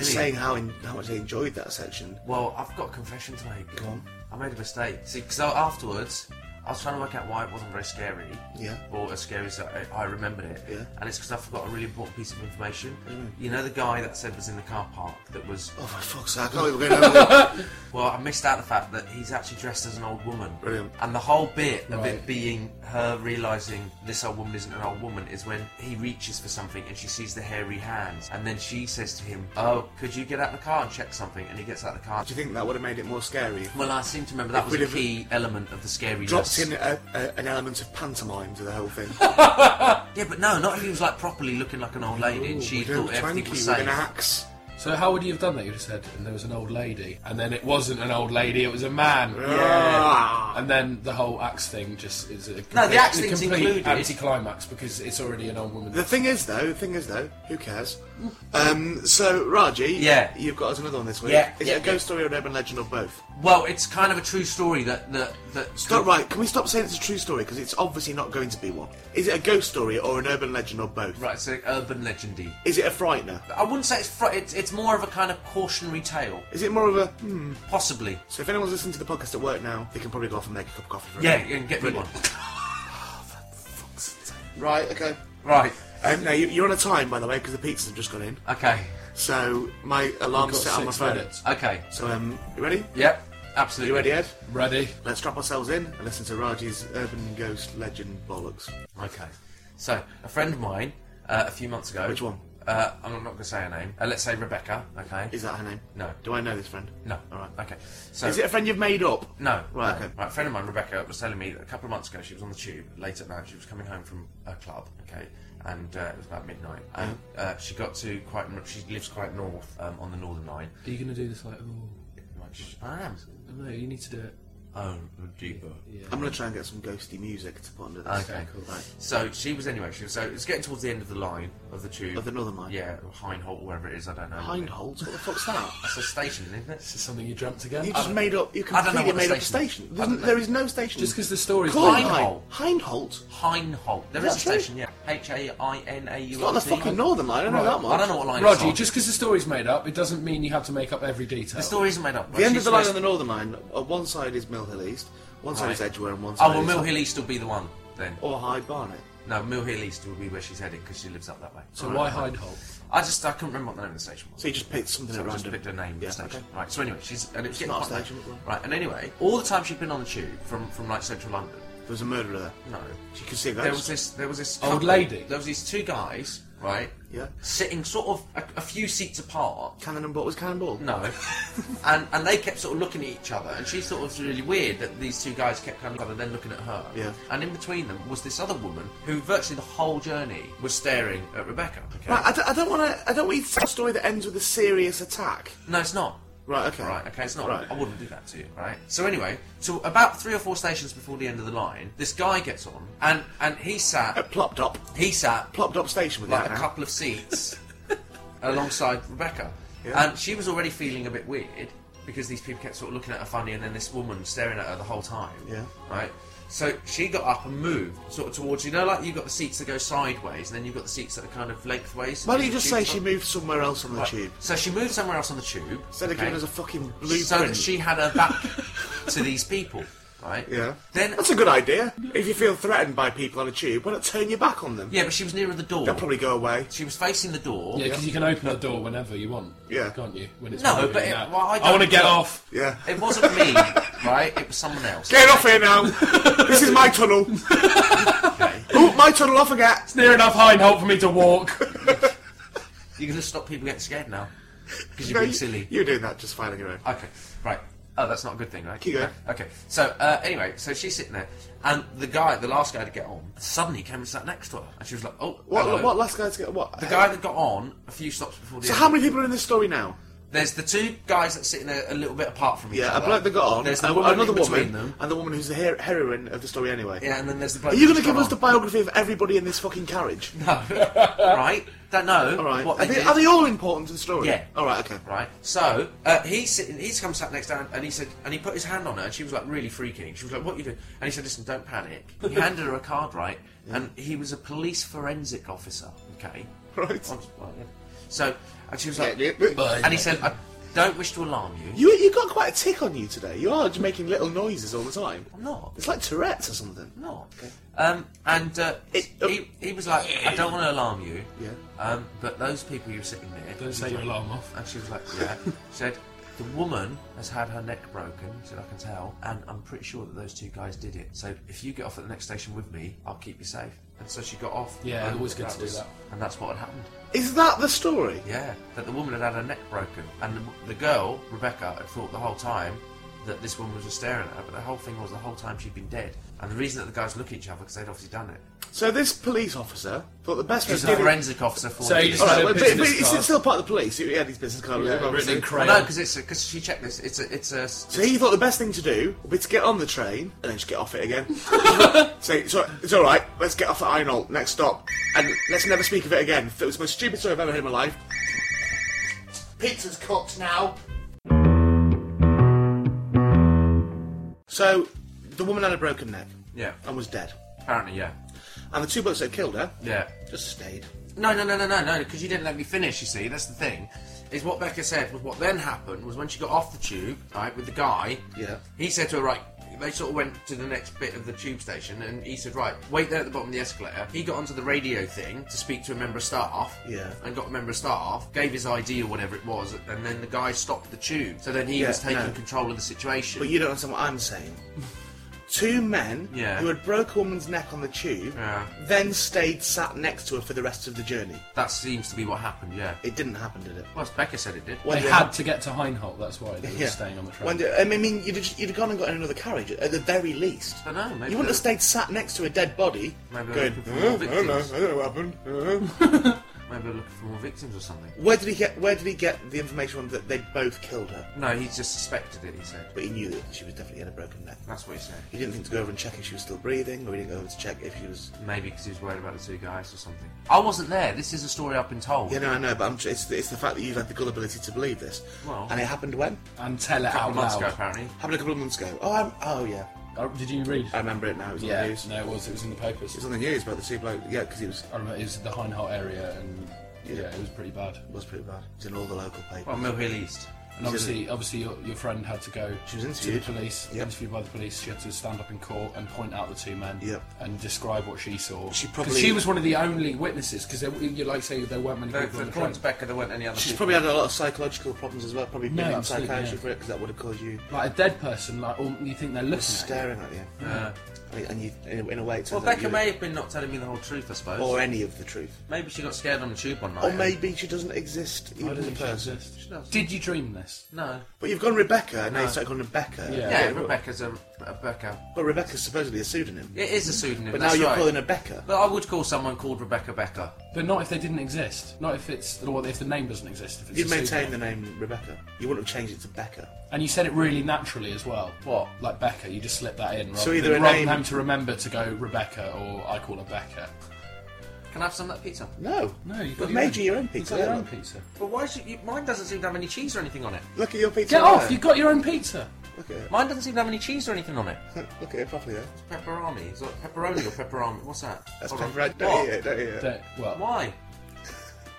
really?
saying how in, how much they enjoyed that section.
Well, I've got a confession to make.
Go on.
I made a mistake. See, because afterwards, I was trying to work out why it wasn't very scary.
Yeah.
Or as scary as I, I remembered it.
Yeah. Mm.
And it's because I forgot a really important piece of information. You know the guy that said was in the car park that was.
Oh my fuck's sake! I can't even go down.
Well, I missed out the fact that he's actually dressed as an old woman.
Brilliant.
And the whole bit of it
Right.
being her realizing this old woman isn't an old woman is when he reaches for something and she sees the hairy hands, and then she says to him, "Oh, could you get out of the car and check something?" And he gets out of the car.
Do you think that would have made it more scary? if
Well, I seem to remember that
If
was a
we'd have
key element of the scary.
Dropped in a, a, an element of pantomime to the whole thing.
Yeah, but no, not if he was like properly looking like an old lady and she
We're doing
thought everything
twanky
was
with
safe.
an axe.
So how would you have done that? You'd have said, and there was an old lady, and then it wasn't an old lady; it was a man.
Ah.
And then the whole axe thing just is a complete,
the axe
a
thing's
complete
included.
anticlimax because it's already an old woman.
The thing is, though, the thing is, though, who cares? Um, so, Raji,
Yeah.
you've got us another one this week.
Yeah,
Is
yeah,
it a ghost story or an urban legend or both?
Well, it's kind of a true story that that that.
Stop, right, can we stop saying it's a true story? Because it's obviously not going to be one. Is it a ghost story or an urban legend or both?
Right, so urban legendy.
Is it a frightener?
I wouldn't say it's fr- it's it's more of a kind of cautionary tale,
Is it more of a... Hmm.
possibly.
So if anyone's listening to the podcast at work now, they can probably go off and make a cup of coffee for
Yeah,
it.
and get me one.
Right, okay.
Right.
Um, now, you, you're on a time, by the way, because the pizzas have just gone in.
Okay.
So my alarm's
Got
set on my
six
phone.
minutes.
Okay.
So, um, you ready?
Yep.
Are
Absolutely.
you ready, Ed?
Ready?
Let's drop ourselves in and listen to Raji's urban ghost legend bollocks.
Okay. So, a friend of mine, uh, a few months ago.
Which one?
Uh, I'm not going to say her name. Uh, let's say Rebecca. Okay.
Is that her name?
No.
Do I know this friend?
no.
All right.
Okay. So.
Is it a friend you've made up?
No.
Right,
no.
okay.
Right, a friend of mine, Rebecca, was telling me that a couple of months ago she was on the tube late at night. She was coming home from a club, okay, and uh, it was about midnight. And uh, she got to quite. n- She lives quite north um, on the northern line.
Are you going to do this like? Oh,
Like, she- I am.
no, you need to do it.
Oh, deeper.
I'm gonna try and get some ghosty music to put under this.
Okay.
cool. Right.
So she was anyway. She was so it's getting towards the end of the line of the tube.
Of the northern line?
Yeah, or Hindholt, wherever it is. I don't know.
Hindholz? What the fuck's that?
That's a station, isn't it?
Is this something you dreamt again? Uh,
You just made up. You
I don't know
completely
what
made
the
up a
station-
station.
I
There's
don't
n-
know.
There is no station.
Just because the story's
Call it
Hindholt.
Hind- Hindholt.
Hindholt. There is
Is
a
that true?
station. Yeah. H a i n a u.
It's not the fucking northern line. I don't know that much.
I don't know what line. it's
Roger,
on.
just because the story's made up, it doesn't mean you have to make up every detail.
The story isn't made up.
The end of the line on the northern line. On one side is Mill Hill East. One side
Right.
is Edgware, and one side
Oh, well,
is
Mill Hill East will be the one then.
or Hyde Barnet.
No, Mill Hill East will be where she's heading because she lives up that way.
so why hide hole?
I just I couldn't remember what the name of the station was.
So you just picked something
So
at
I
random.
just picked her name of
Yeah,
the station.
okay.
Right, so anyway, she's and it was getting
not a
quite late.
station, but-
Right, and anyway, all the time she'd been on the tube from from like central London.
There was a murderer there.
No,
She could see a
there was
ghost.
this there was this
Old
couple-
lady.
There was these two guys, right?
Yeah.
Sitting sort of a, a few seats apart,
Cannon and what was cannonball?
No. and and they kept sort of looking at each other, and she thought it was really weird that these two guys kept kind of and then looking at her.
Yeah.
And in between them was this other woman who virtually the whole journey was staring at Rebecca. Okay.
Right, I, d- I don't want to. I don't want you to tell a story that ends with a serious attack.
No, it's not.
Right. Okay.
Right, okay, it's not.
Right.
I wouldn't do that to you, right? So anyway, so about three or four stations before the end of the line, this guy gets on, and and he
Uh,
sat,
plopped up.
he sat
Plopped up station with
like
that
a
now.
couple of seats alongside Rebecca,
Yeah.
and she was already feeling a bit weird because these people kept sort of looking at her funny, and then this woman staring at her the whole time.
Yeah.
Right. So she got up and moved sort of towards you know like you've got the seats that go sideways and then you've got the seats that are kind of lengthways.
Why
and
don't you
the
just say
tube's
she
on-
moved somewhere else on the
Right.
tube?
So she moved somewhere else on the tube.
Instead of
okay,
giving us a fucking
so
blueprint.
that she had her back to these people, right?
Yeah.
Then
That's a good idea. If you feel threatened by people on a tube, why not turn your back on them?
yeah, but she was nearer the door.
They'll probably go away.
She was facing the door.
Yeah, because you can open a door whenever you want.
Yeah.
Can't you? When it's
No,
moving
but it-
now.
well, I
I want to
don't-
get off.
Yeah.
It wasn't me, right? It was someone else.
Get off here now! this is my tunnel! Ooh, my tunnel off again!
It's near enough Hindholt for me to walk.
You're going to stop people getting scared now because you're
No,
being
you-
silly.
You're doing that just fine on your own.
Okay, right. Oh, that's not a good thing, right?
Keep going.
Okay, so uh, anyway, so she's sitting there, and the guy, the last guy to get on, suddenly came and sat next to her, and she was like, "Oh,
What,
hello."
what last guy to get what?
The guy that got on a few stops before the.
So
end.
how many people are in this story now?
There's the two guys that sit in a, a little bit apart from each
Yeah, a
other.
bloke that got on,
There's the
and
woman
another
in between
woman,
them.
and the woman who's the her- heroine of the story anyway.
Yeah, and then there's the bloke.
Are you
going
going to give us the biography of everybody in this fucking carriage?
right? Don't know.
All right.
What
are,
they
they,
did.
are they all important to the story?
Yeah.
All right. Okay.
Right. So uh, he's sitting, he's come sat next down, and he said, and he put his hand on her, and she was like really freaking. She was like, "What you doing?" And he said, "Listen, don't panic." He handed her a card, right? And he was a police forensic officer. Okay.
Right.
Well, yeah. So and she was like,
Yeah, yeah, yeah.
and he said, "I don't wish to alarm you."
You you got quite a tick on you today. You are just making little noises all the time.
I'm not.
It's like Tourette's or something.
I'm not. Um, and uh,
It- uh,
he, he was like, "I don't want to alarm you."
Yeah.
Um, but those people you're sitting there,
Don't say your alarm off.
And she was like, yeah. she said, the woman has had her neck broken. She said, I can tell. And I'm pretty sure that those two guys did it. So if you get off at the next station with me, I'll keep you safe. And so she got off.
Yeah,
and
always good to do that.
And that's what had happened.
Is that the story?
Yeah, that the woman had had her neck broken. And the, the girl, Rebecca, had thought the whole time that this woman was just staring at her. But the whole thing was the whole time she'd been dead. And the reason that the guys look at each other because they'd obviously done it.
So this police officer thought the best way
She's
to
a
deal with.
forensic officer for
So
the
you just
All
police.
right,
had a
but, but,
business
but it's
card.
still part of the police. He had his business card. with him,
written
obviously.
in crayon.
No, because it's because she checked this. It's a it's a
So he thought the best thing to do would be to get on the train and then just get off it again. so it's, all- it's all right. Let's get off at Einol. Next stop, and let's never speak of it again. It was the most stupid story I've ever heard in my life. Pizza's cooked now. So the woman had a broken neck
yeah.
and was dead,
Apparently, yeah.
and the two blokes that killed her
Yeah.
just stayed.
No, no, no, no, no, no, because you didn't let me finish, you see. That's the thing. Is what Becca said was what then happened was when she got off the tube, right, with the guy.
Yeah.
He said to her, right, they sort of went to the next bit of the tube station and he said, right, wait there at the bottom of the escalator. He got onto the radio thing to speak to a member of staff.
Yeah.
And got a member of staff, gave his ID or whatever it was, and then the guy stopped the tube. So then he
Yeah,
was taking
no.
control of the situation.
But you don't understand what I'm saying. Two men
Yeah.
who had broke a woman's neck on the tube
Yeah.
then stayed sat next to her for the rest of the journey.
that seems to be what happened, yeah.
It didn't happen, did it?
Well, as Becca said it did.
When
They had to get to Heinholt, that's why they were
yeah.
staying on the train.
When they- I mean, you'd, have- you'd have gone and got in another carriage at the very least.
I don't know, maybe
You wouldn't have
they-
stayed sat next to a dead body.
Maybe they're
going,
looking for
"Huh?
more
I don't know.
victims.
I don't know what happened. Uh-huh."
Maybe we're looking for more victims or something.
where did he get? Where did he get the information from that they both killed her?
No, he just suspected it, he said.
But he knew that she was definitely had a broken neck.
That's what he said.
He didn't think to go over and check if she was still breathing, or he didn't go over to check if she was.
Maybe because he was worried about the two guys or something. I wasn't there. This is a story I've been told.
Yeah, no, I know, but I'm, tr- it's, it's the fact that you've had the gullibility to believe this.
Well-
and it happened when?
and tell it
a couple
out
of months ago,
loud.
apparently.
Happened a couple of months ago. Oh, I'm, oh yeah,
Uh, Did you read?
I remember it now. It was on
yeah,
the news.
no, it was. It was in the papers.
It was on the news about the two bloke. Yeah, because it was
I remember it was the Heinholt area, and yeah, it was pretty bad.
it was pretty bad. It's in all the local papers.
Well, Mill Hill East.
And obviously, obviously, your, your friend had to go.
She was
to the
interviewed.
police,
Yep.
interviewed by the police. She had to stand up in court and point out the two men
Yep.
and describe what she saw.
She
'Cause
probably-
she was one of the only witnesses because you like say there weren't many
No,
people
for
on
the
the train.
points, Becca, there weren't any other
She's
people.
probably had a lot of psychological problems as well. Probably been
No,
in
absolutely,
psychiatry
yeah.
for it because that would have caused you
Like a dead person, like all, you think they're looking at
staring at you.
Uh,
And- And you, in a- in a way, it turns
well,
out
Becca
you-
may have been not telling me the whole truth, I suppose.
or any of the truth,
maybe she got scared on the tube one night.
or
and-
maybe she doesn't exist
you.
even as a person.
She does.
Did you dream this?
No.
But you've gone Rebecca, and now
No.
you start calling her Becca.
Yeah.
Yeah,
but,
Rebecca's a, a Becca.
but Rebecca's supposedly a pseudonym.
It is a pseudonym.
But now
that's
you're
right.
calling her Becca.
But I would call someone called Rebecca Becca.
But not if they didn't exist. Not if it's or if the name doesn't exist. If it's
You'd
a pseudonym.
maintain the name Rebecca. You wouldn't have changed it to Becca.
And you said it really naturally as well.
What?
Like Becca, you just slipped that in. Rather
So either
than,
a
rather
name-
than having to remember to go Rebecca or I call her Becca.
Can I have some of that pizza?
No.
No, you've got
But
your
made
own-
you your own
you've
pizza.
got your
don't
own
you?
pizza.
But why should you, mine doesn't seem to have any cheese or anything on it?
Look at your pizza.
Get
there.
off! You've got your own pizza.
Look at it.
Mine doesn't seem to have any cheese or anything on it.
Look at it properly there.
It's pepperoni. It's like pepperoni or pepperami. What's that?
That's
Hold on.
pepperoni.
What?
Don't eat it. Don't eat it.
Don't- well,
Why?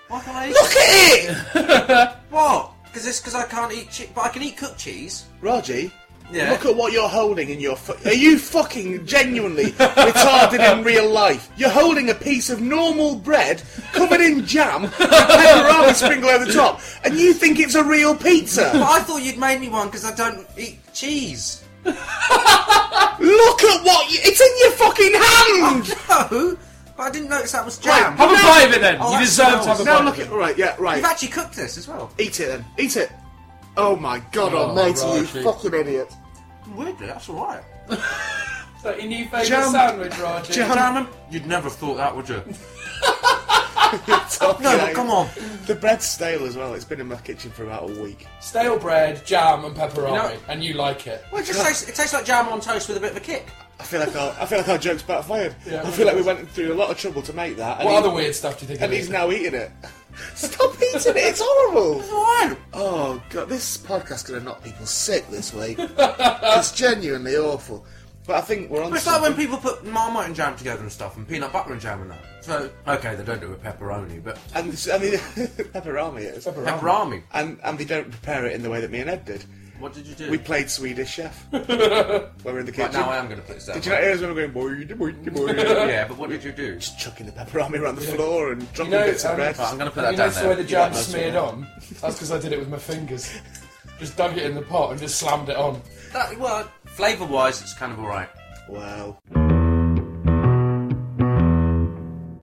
Why can't I eat
Look at it!
What? Because it's because I can't eat cheese, but I can eat cooked cheese.
Raji.
Yeah.
Look at what you're holding in your. Fu- Are you fucking genuinely retarded in real life? You're holding a piece of normal bread covered in jam, with pepperoni sprinkled over the top, and you think it's a real
But
pizza?
I thought you'd made me one because I don't eat cheese.
Look at what you- it's in your fucking hand.
No, but I didn't notice that was
Right,
jam.
have a bite of it then.
Oh,
you
that
deserve to have a
smells.
bite.
Now
of
look
it.
at right, yeah, right.
You've actually cooked this as well.
Eat it then. Eat it. Oh my god,
Oh,
almighty,
Raji.
you fucking idiot.
Weirdly, that's all right.
So your new favourite
Jam.
sandwich, Roger.
Jam.
Jam? You'd never have thought that, would you?
no,
No, but come on.
The bread's stale as well. It's been in my kitchen for about a week.
Stale bread, jam, and pepperoni,
You know-
and you like it.
Well, it just tastes, it tastes like jam on toast with a bit of a kick.
I feel like our, I feel like our joke's backfired.
Yeah,
I feel like we went through a lot of trouble to make that. And
What
he-
other weird stuff do you think?
And
it
he's
is?
now eating it. Stop eating it. It's horrible.
Why?
Oh god, this podcast's gonna knock people sick this week. it's genuinely awful. But I think we're on.
But it's like when people put marmite and jam together and stuff, and peanut butter and jam and that. So okay, they don't do it with pepperoni, but
and I mean, pepperami it is.
pepperami.
And and they don't prepare it in the way that me and Ed did.
What did you do?
We played Swedish Chef when we were in the kitchen.
right, now I am going to put this down.
Did you not hear us when we were going boy, boy, boy,
yeah, but what did you do?
chucking the pepperami around the floor and dropping
know,
bits of
um,
bread?
Right, I'm going to put
you
that
know
down
the way the
there.
jam
that's
smeared on? That's because I did it with my fingers. Just dug it in the pot and just slammed it on.
That, well, flavour wise, it's kind of alright.
Wow.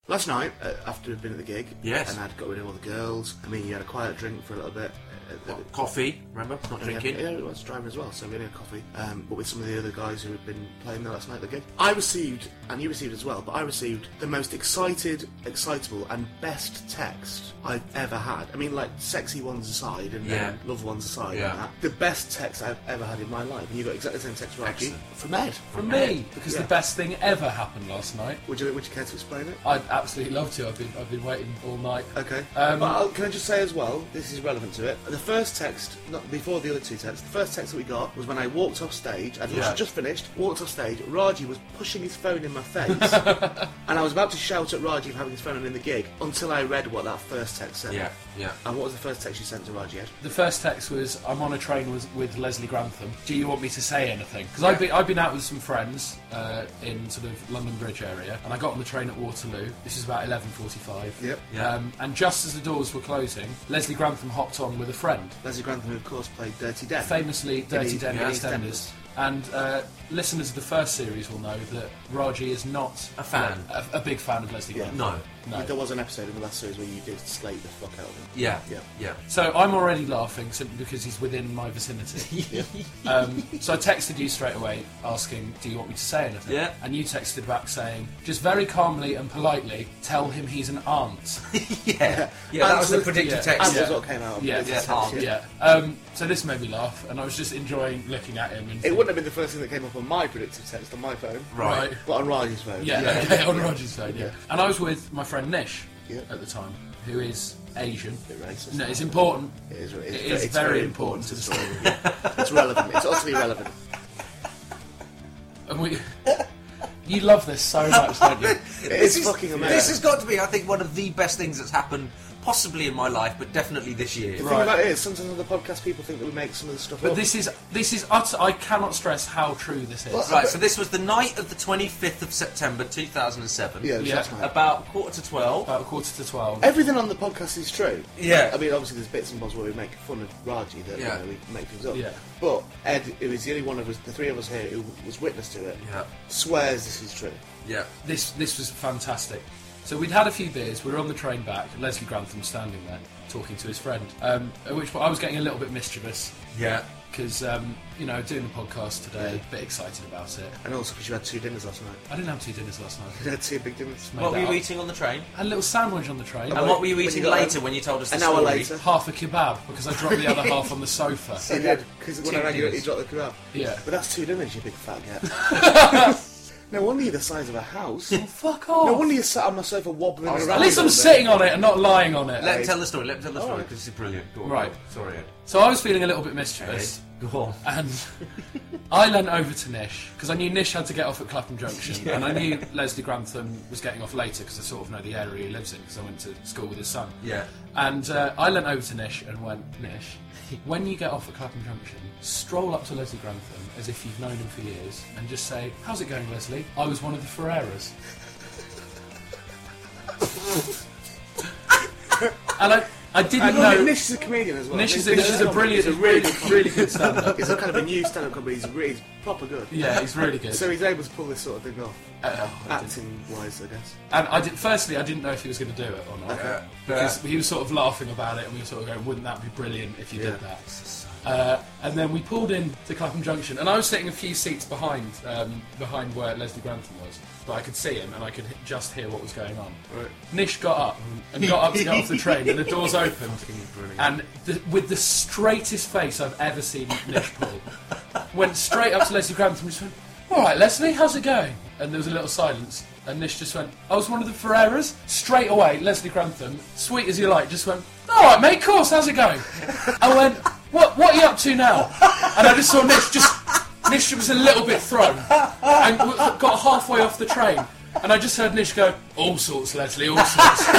Last night, uh, after we'd been at the gig,
Yes.
and I'd got rid of all the girls. I mean, you had a quiet drink for a little bit. uh, uh,
Coffee, remember? Not
yeah,
drinking.
Yeah, I was driving as well, so we only had coffee. Um, but with some of the other guys who had been playing there last night at the gig. I received, and you received as well, but I received the most excited, excitable, and best text I've ever had. I mean, like, sexy ones aside and
Yeah.
um, loved ones aside.
Yeah.
And that. The best text I've ever had in my life. And you got exactly the same text, Raji,
Excellent.
from Ed.
From me, because the best thing ever happened last night.
Would you, would you care to explain it?
I'd absolutely love to. I've been, I've been waiting all night.
Okay.
Um,
but I'll- can I just say as well, this is relevant to it. The first text, not before the other two texts, the first text that we got was when I walked off stage. I'd literally
Yeah.
just finished, walked off stage. Raji was pushing his phone in my face, and I was about to shout at Raji for having his phone in the gig until I read what that first text said.
Yeah, yeah.
And what was the first text you sent to Raji? Ed?
The first text was, "I'm on a train with, with Leslie Grantham. Do you want me to say anything?" Because I've been I've been out with some friends uh, in sort of London Bridge area, and I got on the train at Waterloo. This is about 11:45.
Yep.
Yeah.
Um, and just as the doors were closing, Leslie Grantham hopped on with a friend,
Leslie Grantham, who of course played Dirty Death.
famously Dirty
East-
Den
yeah,
EastEnders.
EastEnders.
And uh, listeners of the first series will know that Raji is not
A fan.
a, a big fan of Leslie Grantham.
No.
No.
There was an episode in the last series where you did slate the fuck out of him.
Yeah.
Yeah.
Yeah.
So I'm already laughing simply because he's within my vicinity. um, so I texted you straight away asking, "Do you want me to say anything?"
Yeah.
And you texted back saying, just very calmly and politely, tell him he's an aunt.
Yeah. Yeah. That was the
Answers-
predicted
yeah.
text.
And was what came out. of
Yeah,
Dirty
yeah,
Text,
um,
yeah. Um, so this made me laugh, and I was just enjoying looking at him. And
It wouldn't have been the first thing that came up on my predictive text on my phone,
Right.
Right.
but on Raji's phone.
Yeah, okay, on Roger's side, yeah. And I was with my friend Nish
Yeah.
at the time, who is Asian.
Bit racist.
No, it's important.
It is, it is,
It is
it's
very, important to the story.
it's relevant. It's utterly relevant.
and we, you love this so much, don't you?
It
This
is
is-
fucking amazing.
This has got to be, I think, one of the best things that's happened, possibly in my life, but definitely this year.
the thing about it is, sometimes on the podcast, people think that we make some of the stuff
But
up.
this is this is utter. I cannot stress how true this is.
Well,
Right. So this was the night of the 25th of September 2007.
yeah, Uh,
yeah,
that's right.
About quarter to twelve.
About quarter to twelve.
Everything on the podcast is true.
Yeah.
I mean, obviously, there's bits and bobs where we make fun of Raji that
Yeah.
you know, we make things up.
Yeah.
But Ed, who is the only one of us, the three of us here, who was witness to it,
Yeah.
swears this is true.
Yeah.
This this was fantastic. So we'd had a few beers. We were on the train back. Leslie Grantham standing there talking to his friend. Um, at which point I was getting a little bit mischievous
Yeah.
because um, you know doing the podcast today, a bit excited about it.
And also because you had two dinners last night.
I didn't have two dinners last night.
You had two big dinners.
Made
What were
that
you
up.
eating on the train?
Had a little sandwich on the train.
And what were you
When you
eating
got home.
later when you told us the
An hour
story?
later.
half a kebab because I dropped the other half on the sofa.
He did, because when I
Two
rang you,
dinners.
he dropped the crap.
Yeah.
But that's two dinners, you big fat cat. No wonder you're the size of a house. no
Fuck off.
wonder you sat on my sofa wobbling around.
At least
a
I'm
little bit.
sitting on it and not lying on it.
Let him tell the story. Let him tell the story
right.
because it's brilliant. Go on,
Right.
go on. Sorry, Ed.
So I was feeling a little bit mischievous,
Ed, Go on.
and I leant over to Nish because I knew Nish had to get off at Clapham Junction, and I knew Leslie Grantham was getting off later because I sort of know the area he lives in because I went to school with his son.
Yeah.
And uh, I leant over to Nish and went, Nish, when you get off at Clapham Junction, stroll up to Leslie Grantham as if you've known him for years and just say, How's it going, Leslie? I was one of the Ferreras. and I, I didn't
And no.
know. Nish,
Nish is a comedian as well.
is, a, Nish is a brilliant,
He's a really,
really, really good stand up.
he's a kind of a new stand-up comedy. He's, really, he's proper good.
Yeah, he's really good.
So he's able to pull this sort of thing off,
Uh, I didn't-
acting-wise, I guess.
and I did. Firstly, I didn't know if he was going to do it or not.
Yeah.
Because he was sort of laughing about it, and we were sort of going, "Wouldn't that be brilliant if you
Yeah.
did that?" Uh, and then we pulled in to Clapham Junction, and I was sitting a few seats behind um, behind where Leslie Grantham was, but I could see him and I could h- just hear what was going on.
Right.
Nish got up and got up to get off the train, and the doors opened, and the, with the straightest face I've ever seen Nish pull, went straight up to Leslie Grantham and just went, "All right, Leslie, how's it going?" And there was a little silence. And Nish just went, I was one of the Ferreras. Straight away, Leslie Grantham, sweet as you like, just went, All right, mate, course, how's it going? I went, what, what are you up to now? And I just saw Nish just. Nish was a little bit thrown and w- got halfway off the train. And I just heard Nish go, All sorts, Leslie, all sorts.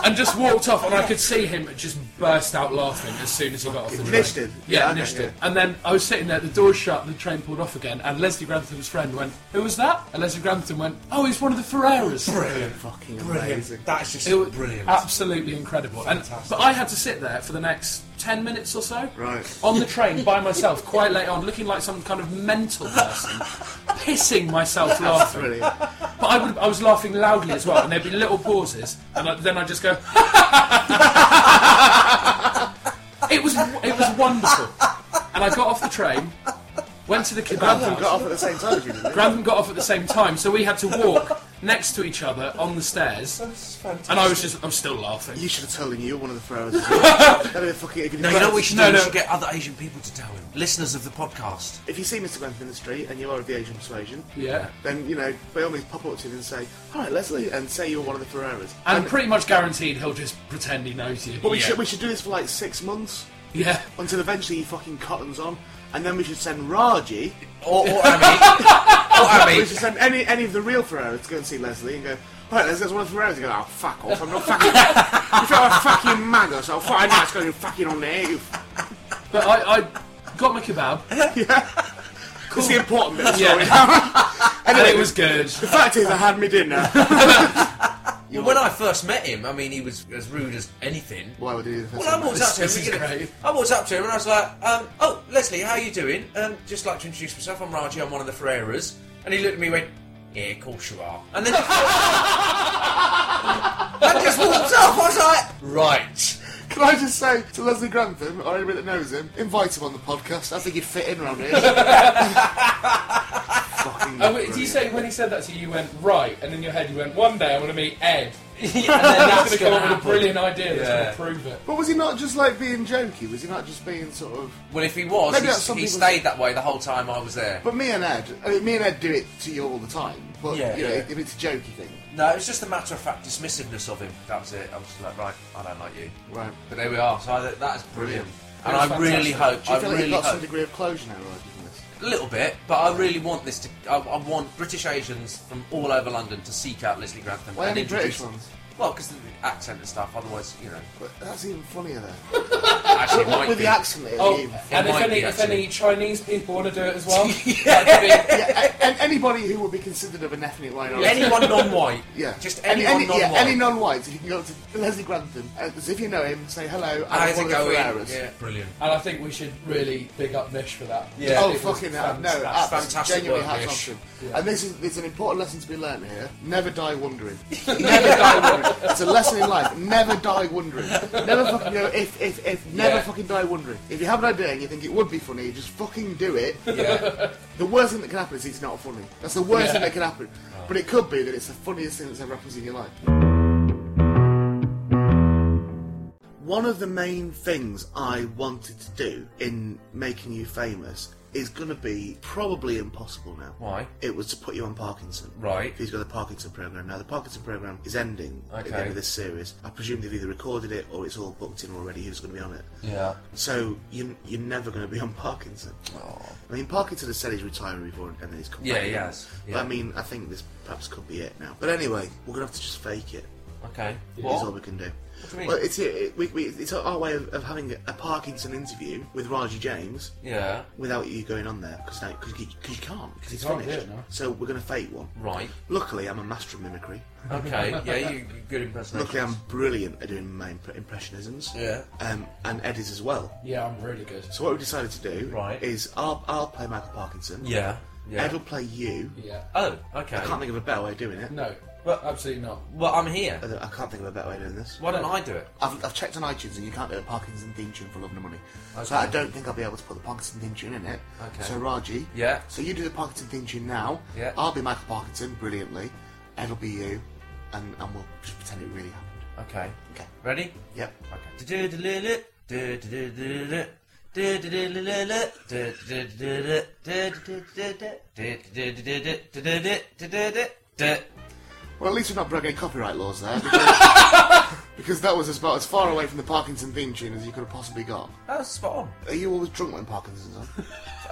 and just walked off, and I could see him just burst out laughing as soon as he got off the train.
Nish did?
Yeah,
Yeah, okay,
Nish did.
yeah.
And then I was sitting there, the door shut, the train pulled off again, and Leslie Grantham's friend went, Who was that? And Leslie Grantham went, Oh, he's one of the Ferreras.
Brilliant.
Fucking amazing.
Brilliant. That's just
It was
brilliant.
Absolutely incredible. And,
Fantastic.
but I had to sit there for the next 10 minutes or so.
Right.
On the train by myself, quite late on, looking like some kind of mental person, pissing myself laughing.
Brilliant.
But I, would, I was laughing loudly as well, and there'd be little pauses, and I, then I'd just go. it was it was wonderful. And I got off the train, went to the kebab
Grantham
house.
got off at the same time as you, didn't he?
Grantham got off at the same time, so we had to walk next to each other on the stairs. And I was just, I'm still laughing.
You should have told him you were one of the Pharaohs. as well. That'd be fucking. it'd be
No, you know
great.
what we should
No,
do?
no.
We should get other Asian people to tell him. Listeners of the podcast.
If you see Mr. Grantham in the street and you are of the Asian persuasion,
Yeah.
then you know by all means pop up to him and say, "All right, Leslie," and say you're one of the Ferreras.
And pretty much guaranteed he'll just pretend he knows you.
But we
Oh, yeah.
should we should do this for like six months
yeah.
until eventually he fucking cottons on, and then we should send Raji.
Or, or Ami. or
We
Ami.
should send any any of the real Ferreras to go and see Leslie and go. All right, Leslie, that's one of the Ferreras. You go, oh fuck off! I'm not fucking. you feel like a fucking maggot, so fucking nice going fucking on there. You f-
But I, I got my kebab,
It's the important bit.
Yeah.
Sorry.
and
anyway,
it was good.
the fact is, I had my dinner.
Well, when I first met him, I mean, he was as rude as anything.
Why would he do this?
Well, I walked up to him.
This
and
is
you know,
great.
I walked up to him and I was like, um, "Oh, Leslie, how are you doing? Um, just like to introduce myself. I'm Raji. I'm one of the Ferreras." And he looked at me, and went, "Yeah, of course you are." And then I just walked off. I was like, "Right."
Can I just say to Leslie Grantham, or anybody that knows him, invite him on the podcast. I think he'd fit in around here. Fucking
Oh, wait, do you say when he said that to you, you went right, and in your head you went, one day I'm going to meet Ed.
that's
He's going to come
gonna
up with a
happen.
brilliant idea
Yeah.
that's going to prove it.
But was he not just like being jokey? Was he not just being sort of?
Well, if he was,
Maybe
he-
that's some
he
people's-
stayed that way the whole time I was there.
But me and Ed, I mean, me and Ed do it to you all the time. But
Yeah,
you know,
yeah.
if it's a jokey thing,
No, it was just a matter of fact dismissiveness of him. That was it. I was just like, right, I don't like you.
right?
But there we are. So I, that, that is brilliant. And I
That's
really hope,
fantastic.
Do you
I
feel like
really
you've got
hope,
some degree of closure now, Roger? from this?
a little bit, but I really want this to. I, I want British Asians from all over London to seek out Leslie Grantham.
Why
and
only
introduce-
British ones?
Well, because the accent and stuff. Otherwise, you know,
But that's even funnier though.
actually, it might
With
be.
the accent, it'd
Oh,
be even.
and if
might
any,
be,
if any
actually.
Chinese people want to do it as well, that'd be-
Yeah, a- and anybody who would be considered of an ethnic minority.
anyone non-white.
Yeah.
Just
any,
anyone
any,
non-white.
Yeah, any non-whites. If you can go up to Leslie Grantham, uh, as if you know him, say hello.
How's
I'm one
it
of the
going?
Ferreras.
Yeah, brilliant.
and I think we should really big up Nish for that.
Yeah.
Oh
It was
fucking hell! No, that's
fantastic.
fantastic
genuinely
work,
hats off
Mish.
to him. And this is it's an important lesson to be learned here. Never die wondering. never die wondering. It's a lesson in life. Never die wondering. Never fucking go if if if. Never
Yeah.
fucking die wondering. If you have an idea and you think it would be funny, just fucking do it.
Yeah.
The worst thing that can happen is it's not funny. That's the worst
Yeah.
thing that can happen. But it could be that it's the funniest thing that's ever happened in your life. One of the main things I wanted to do in making you famous is going to be probably impossible now.
Why?
It was to put you on Parkinson.
Right.
He's got the Parkinson program now. The Parkinson program is ending at the
Okay.
end of this series. I presume they've either recorded it or it's all booked in already. Who's going to be on it?
Yeah.
So you, you're never going to be on Parkinson.
Oh.
I mean, Parkinson has said he's retiring before and then he's come
Yeah,
back.
he
in.
has.
But
Yeah.
I mean, I think this perhaps could be it now. But anyway, we're going to have to just fake it.
Okay.
Is all
What?
we can do.
do you mean?
Well, it's it, we, we, it's our way of, of having a Parkinson interview with Raji James
Yeah.
without you going on there because because you, 'cause you can't because it's
can't do
finished.
it now.
So we're going to fake one.
Right.
Luckily, I'm a master of mimicry.
Okay. Yeah. You you- good impersonation.
Luckily, I'm brilliant at doing my imp- impressionisms.
Yeah.
Um, and Eddie's as well.
Yeah, I'm really good.
So what we decided to do
Right.
is I'll, I'll play Michael Parkinson.
Yeah. Yeah.
Ed will play you.
Yeah.
Oh. Okay.
I can't think of a better way of doing it.
No, well, absolutely not.
Well, I'm here.
I don't- I can't think of a better way of doing this.
Why don't I do it?
I've, I've checked on iTunes and you can't do a Parkinson theme tune for love and money. So I don't think I'll be able to put the Parkinson theme tune in it.
Okay.
So Raji.
Yeah.
So you do the Parkinson theme tune now.
Yeah.
I'll be Michael Parkinson, brilliantly. Ed will be you, and, and we'll just pretend it really happened.
Okay.
Okay.
Ready?
Yep.
Okay.
Well, at least we've not broken any copyright laws there. Because, because that was about as far away from the Parkinson theme tune as you could have possibly got.
That was spot on.
Are you always drunk when Parkinson's on?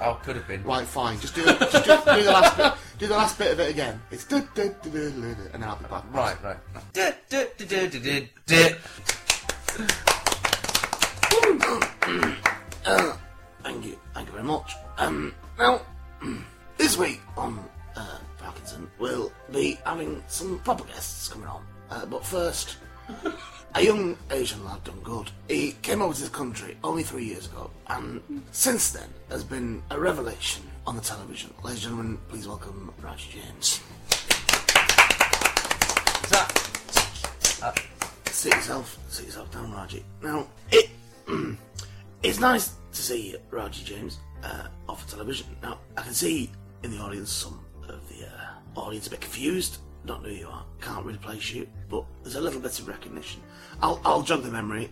Oh, could have been.
Right, fine. Just do, just do, do the last bit. Do the last bit of it again. It's du- du- du- du- du- du- and then I'll be back.
Right, right. Du- du- du- du- du- du- du.
Thank you. Thank you very much. Um, now this week on uh, Parkinson, we'll be having some proper guests coming on. Uh, but first, a young Asian lad done good. He came over to this country only three years ago, and since then has been a revelation on the television. Ladies and gentlemen, please welcome Raj James.
Is that-
Sit yourself, sit yourself down, Raji. Now, it, it's nice to see you, Raji James, uh, off the television. Now, I can see in the audience some of the uh, audience a bit confused, don't know who you are, can't really place you, but there's a little bit of recognition. I'll, I'll jog the memory.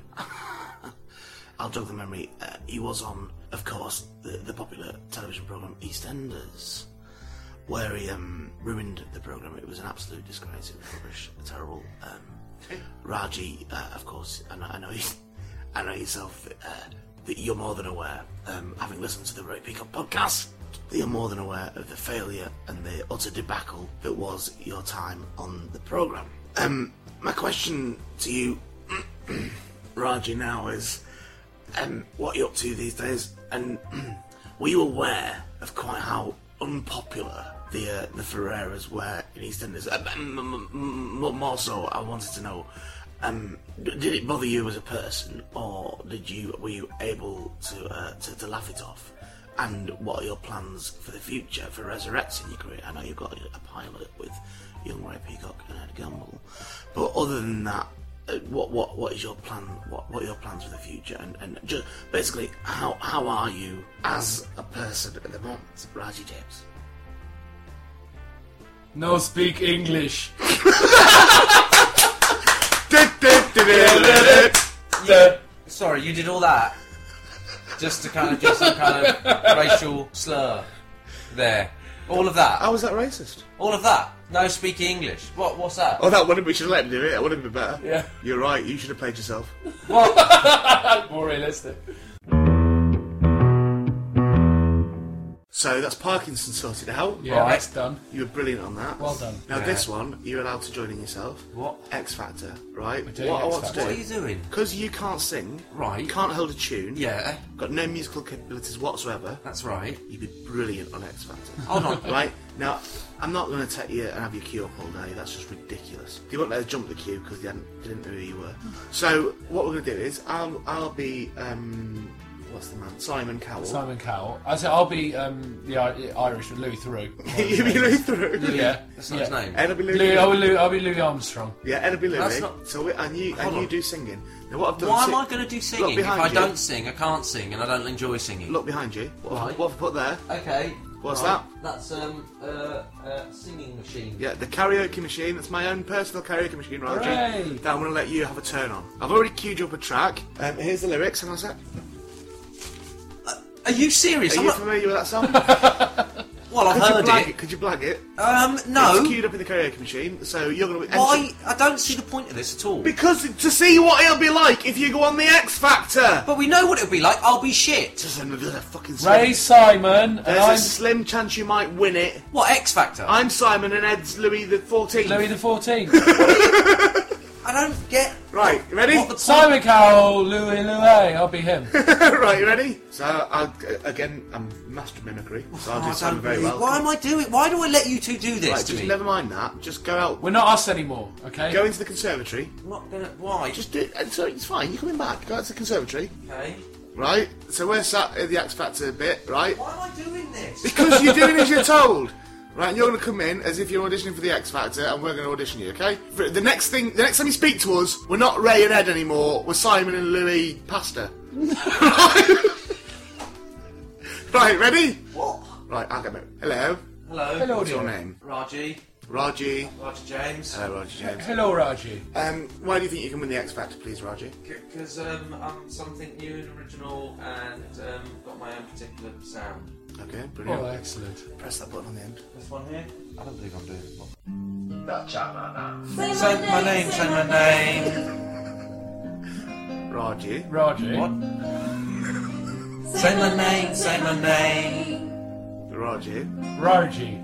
I'll jog the memory. Uh, he was on, of course, the, the popular television program EastEnders where he um, ruined the program. It was an absolute disgrace. It was rubbish, terrible. Um, Raji, uh, of course, I know, I know, you, I know yourself uh, that you're more than aware, um, having listened to the Ray Peacock podcast, that you're more than aware of the failure and the utter debacle that was your time on the program. Um, my question to you, Raji, now is um, what you're up to these days, and were you aware of quite how unpopular the uh, the Ferreras were in EastEnders? Um, m- m- m- m- more so, I wanted to know. Um, d- did it bother you as a person, or did you were you able to uh, to, to laugh it off? And what are your plans for the future for resurrecting your career? I know you've got a pilot with young Ray Peacock and Ed Gamble, but other than that, uh, what what what is your plan? What what are your plans for the future? And and just basically, how how are you as a person at the moment, Raji James?
No, speak English. Oh,
Sorry, you did all that just to kind of get some kind of racial slur there. All of that.
How was that racist?
All of that. No speaking English. What? What's that?
Oh, that wouldn't. We should have let him do it. That would have been better.
Yeah.
you're right. You should have played yourself.
What?
More realistic.
So that's Parkinson sorted out.
Yeah,
Right.
that's done.
You were brilliant on that.
Well done.
Now
Yeah.
this one, you're allowed to join in yourself.
What?
X Factor, right?
doing
what I
X
want
Factor.
What are
to
you
do
doing?
because you can't sing,
Right.
Can't hold a tune.
Yeah,
Got no musical capabilities whatsoever.
that's right.
You'd be brilliant on X Factor.
Hold on.
Right now, I'm not going to take you and have you queue up all day. That's just ridiculous. You won't let us jump the queue because they, hadn't- they didn't know who you were. So what we're going to do is I'll I'll be um what's the man Simon Cowell.
Simon Cowell. I said I'll be um, the I- Irish Louis Theroux.
You'll be Louis through.
yeah,
That's not his
yeah.
name.
Ed will be Louis.
Louis, I'll be Louis, I'll be Louis Armstrong.
Yeah, Ed will be Louis.
That's not-
So we, and you
Hold
and you
on.
do singing. Now what I've done.
Why
si-
am I going to do
Look
singing if
behind
I
you.
don't sing? I can't sing, and I don't enjoy singing.
Look behind you. What, have-
Right.
what have I put there?
Okay.
What's that?
That's um uh, uh singing machine.
Yeah, the karaoke machine. That's my own personal karaoke machine, Roger.
Hooray!
That I'm going to let you have a turn on. I've already queued you up a track. Um, here's the lyrics. Hang on a sec.
Uh, Are you serious?
Are
I'm
you
not-
familiar with that song?
well, I've
Could you
heard
blag it?
it.
Could you blag it?
Um, no.
It's queued up in the karaoke machine, so you're going to be.
Why? I don't see the point of this at all.
Because to see what it'll be like if you go on the X Factor.
But we know what it'll be like. I'll be shit.
There's a, there's a fucking slim,
Ray Simon and
there's
I'm
a slim chance you might win it.
What X Factor? I,
I'm Simon and Ed's Louis the Fourteenth.
Louis the Fourteenth.
don't get
Right, you ready?
what the point.
Simon Cowell, Louis Louis. I'll be him.
right, you ready? So I, again, I'm master of mimicry, so I'll
Oh,
do
I
Simon
don't
very
believe-
well.
Why am I doing? Why do I let you two do this
Right,
to
just
me?
never mind that. Just go out.
We're not us anymore, okay?
Go into the conservatory.
I'm not gonna. Why?
Just do. It. So it's fine. You're coming back. Go out to the conservatory.
okay.
Right. So we're sat at the X Factor bit. Right.
Why am I doing this?
Because you're doing as you're told. Right, and you're going to come in as if you're auditioning for the X Factor, and we're going to audition you, okay? For the next thing, the next time you speak to us, we're not Ray and Ed anymore. We're Simon and Louis Pasta. right, ready?
What?
Right, I'll get it. Hello.
Hello.
Hello,
What's your
dear.
name?
Raji.
Raji.
Roger James.
Hello, Raji James.
Hello, Raji.
Um, why do you think you can win the X Factor, please, Raji?
Because um, I'm something new and original, and um, got my own particular sound.
Okay, brilliant.
Oh, excellent.
Press that button on the end.
This one here. I don't believe I'm doing this one.
Say
Say my name. Say my name.
Raji.
Raji.
What?
Say my name, say my name.
Raji.
Raji.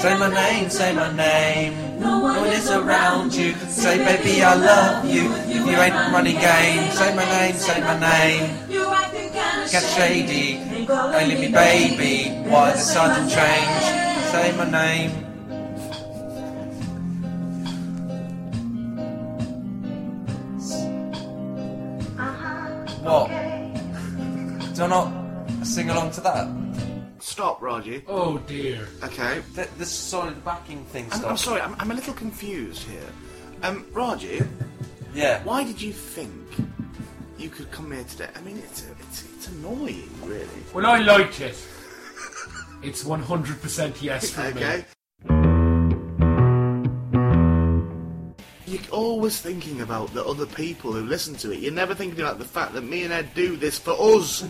Say my name, say my name.
name.
No
No one is around you. Say, baby, I love you. If you ain't running game, say my name, say my name.
You acting kinda
Get
shady.
shady,
Ain't gonna
only me baby. Why the sudden change? Say my name. What? Do I not sing along to that?
Stop, Raji.
Oh dear.
Okay.
Th- This solid backing thing
I'm, I'm
stuff.
sorry, I'm, I'm a little confused here. Um, Raji.
Yeah.
Why did you think you could come here today? I mean, it's it's, it's annoying, really.
Well, I liked it. It's 100% yes from me.
Okay. You're always thinking about the other people who listen to it. You're never thinking about the fact that me and Ed do this for us.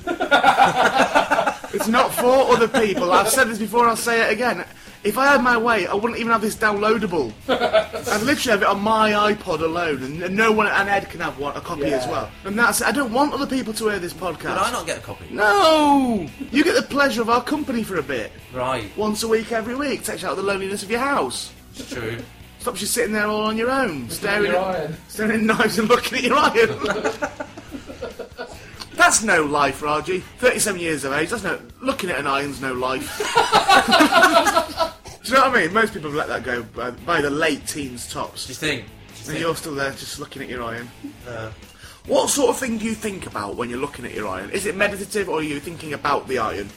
it's not for other people. I've said this before. I'll say it again. If I had my way, I wouldn't even have this downloadable. I'd literally have it on my iPod alone, and- and no one and Ed can have one a copy as
Yeah.
well. And that's. I don't want other people to hear this podcast.
Did I not get a copy?
No! You get the pleasure of our company for a bit.
Right,
Once a week, every week. Takes you out of the loneliness of your house.
it's true.
Stops you sitting there all on your own, staring
Your
at,
iron.
staring at knives and looking at your iron. that's no life, Raji. 37 years of age, that's no. Looking at an iron's no life. Do you know what I mean? Most people have let that go by, by the late teens
Do you
tops.
think? Do
And
you think?
you're still there just looking at your iron. What sort of thing do you think about when you're looking at your iron? Is it meditative or are you thinking about the iron?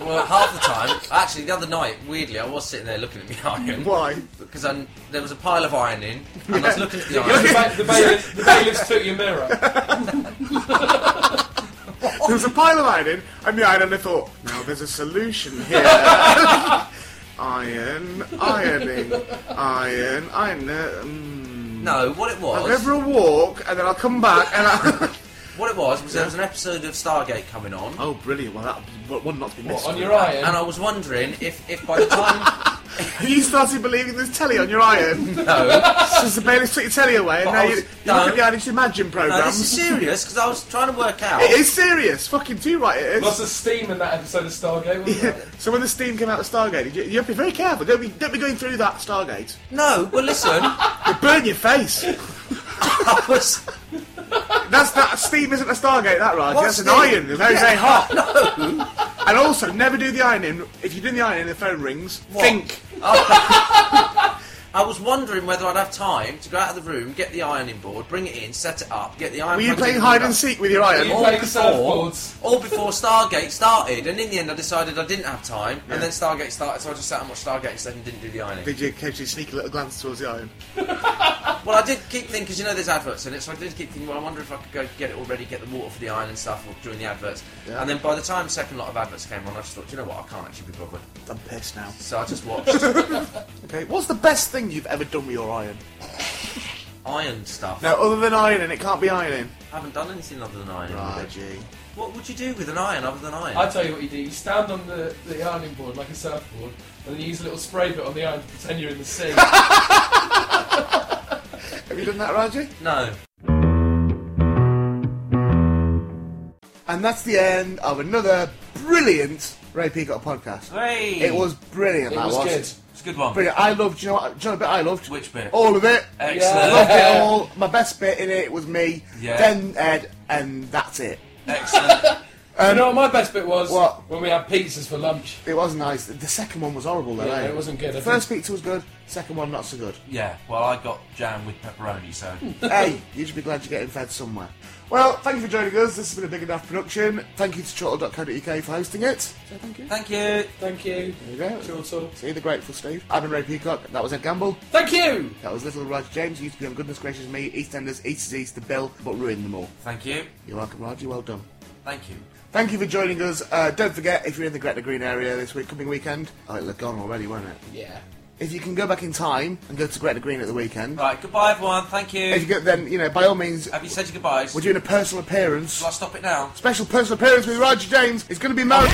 Well, half the time, actually, the other night, weirdly, I was sitting there looking at the iron
Why?
because I, there was a pile of iron in, and I was looking at the
The,
iron.
ba- the, bailiffs, the bailiffs took your mirror.
There was a pile of iron in, and the iron, and I thought, now there's a solution here. iron, ironing, iron, iron. uh, Mm.
No, what it
I'll
was,
go for a walk, and then I'll come back, and I.
what it was, was there was an episode of Stargate coming on,
oh, brilliant! Well, that well, one not to be missed.
on your iron.
and I was wondering if, if by the time,
you started believing there's telly on your iron.
no,
Since the bailiffs took your telly away, and
But
now
I
you,
was-
you look at
no.
the Irish Imagine
no,
programs.
this is serious because I was trying to work out.
it is serious. Fucking too right, it
Lots
is.
of steam in that episode of Stargate, wasn't there?
So when the steam came out of Stargate, you, you have to be very careful. Don't be don't be going through that Stargate.
No, well, listen,
You burn your face.
I was
That's that steam isn't a Stargate, that right?
What's
That's an
steam?
iron. It's very, very hot. And also, never do the iron in. If you're doing the iron in, the phone rings.
What?
Think.
I was wondering whether I'd have time to go out of the room, get the ironing board, bring it in, set it up, get the iron.
Were you
plugged
playing
in,
hide and seek with your iron?
You
All
played the
before-
surfboards.
all before Stargate started, and in the end, I decided I didn't have time, and then Stargate started, so I just sat and watched Stargate instead and didn't do the ironing.
Did you occasionally sneak a little glance towards the iron?
Well, I did keep thinking, because you know there's adverts in it, so I did keep thinking, well, I wonder if I could go get it already, get the water for the iron and stuff or during the adverts.
Yeah.
And then by the time the second lot of adverts came on, I just thought, do you know what, I can't actually be bothered.
I'm pissed now.
So I just watched
Okay, what's the best thing you've ever done with your iron?
iron stuff.
No, other than ironing, it can't be ironing.
haven't done anything other than ironing.
Right, G.
What would you do with an iron other than iron?
I tell you what you do. You stand on the, the ironing board like a surfboard, and then you use a little spray bit on the iron to pretend you're in the sea.
Have you done that, Raji?
no.
And that's the end of another brilliant Ray Peacock podcast.
Hey!
It was brilliant.
it
that
was good.
It's a good one.
Brilliant. I loved. Do you know what? Do you know what bit I loved?
Which bit?
All of it.
Uh,
Excellent.
Loved it all. My best bit in it was me,
Yeah.
then Ed, and that's it.
Excellent.
you know what my best bit was?
What?
When we had pizzas for lunch.
It was nice. The second one was horrible though.
Yeah,
eh?
it wasn't good, I
The
think.
first pizza was good. Second one not so good.
yeah, well, I got jam with pepperoni, so.
hey, you should be glad you're getting fed somewhere. Well, thank you for joining us. This has been a big enough production. Thank you to chortle.co.uk for hosting it. So thank you.
Thank you.
Thank you.
There you go.
Chortle.
See the grateful Steve. I've been Ray Peacock. That was Ed Gamble.
Thank you!
That was Little Raj James. He used to be on Goodness Gracious Me, EastEnders, EastEnders, The Bill, but ruined them all.
Thank you.
You're welcome, Raj. You're well done.
Thank you.
Thank you for joining us. Uh, don't forget, if you're in the Gretna Green area this week, coming weekend, oh, it'll have gone already, won't it?
Yeah.
If you can go back in time and go to Gretna Green at the weekend,
Right, goodbye, everyone. Thank you.
if you get then, you know, by all means,
Have you said your goodbyes?
we're doing a personal appearance.
Shall I stop it now?
Special personal appearance with Roger James. It's going to be married.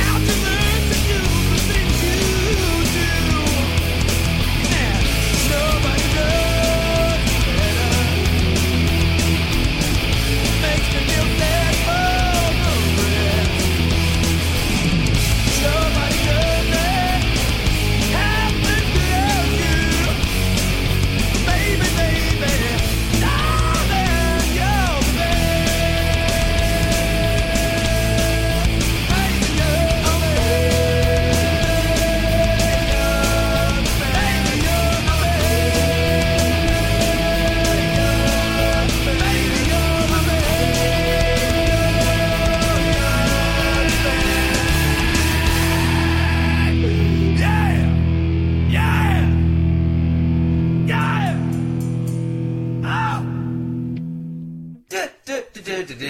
Du- du- du- du- du- du.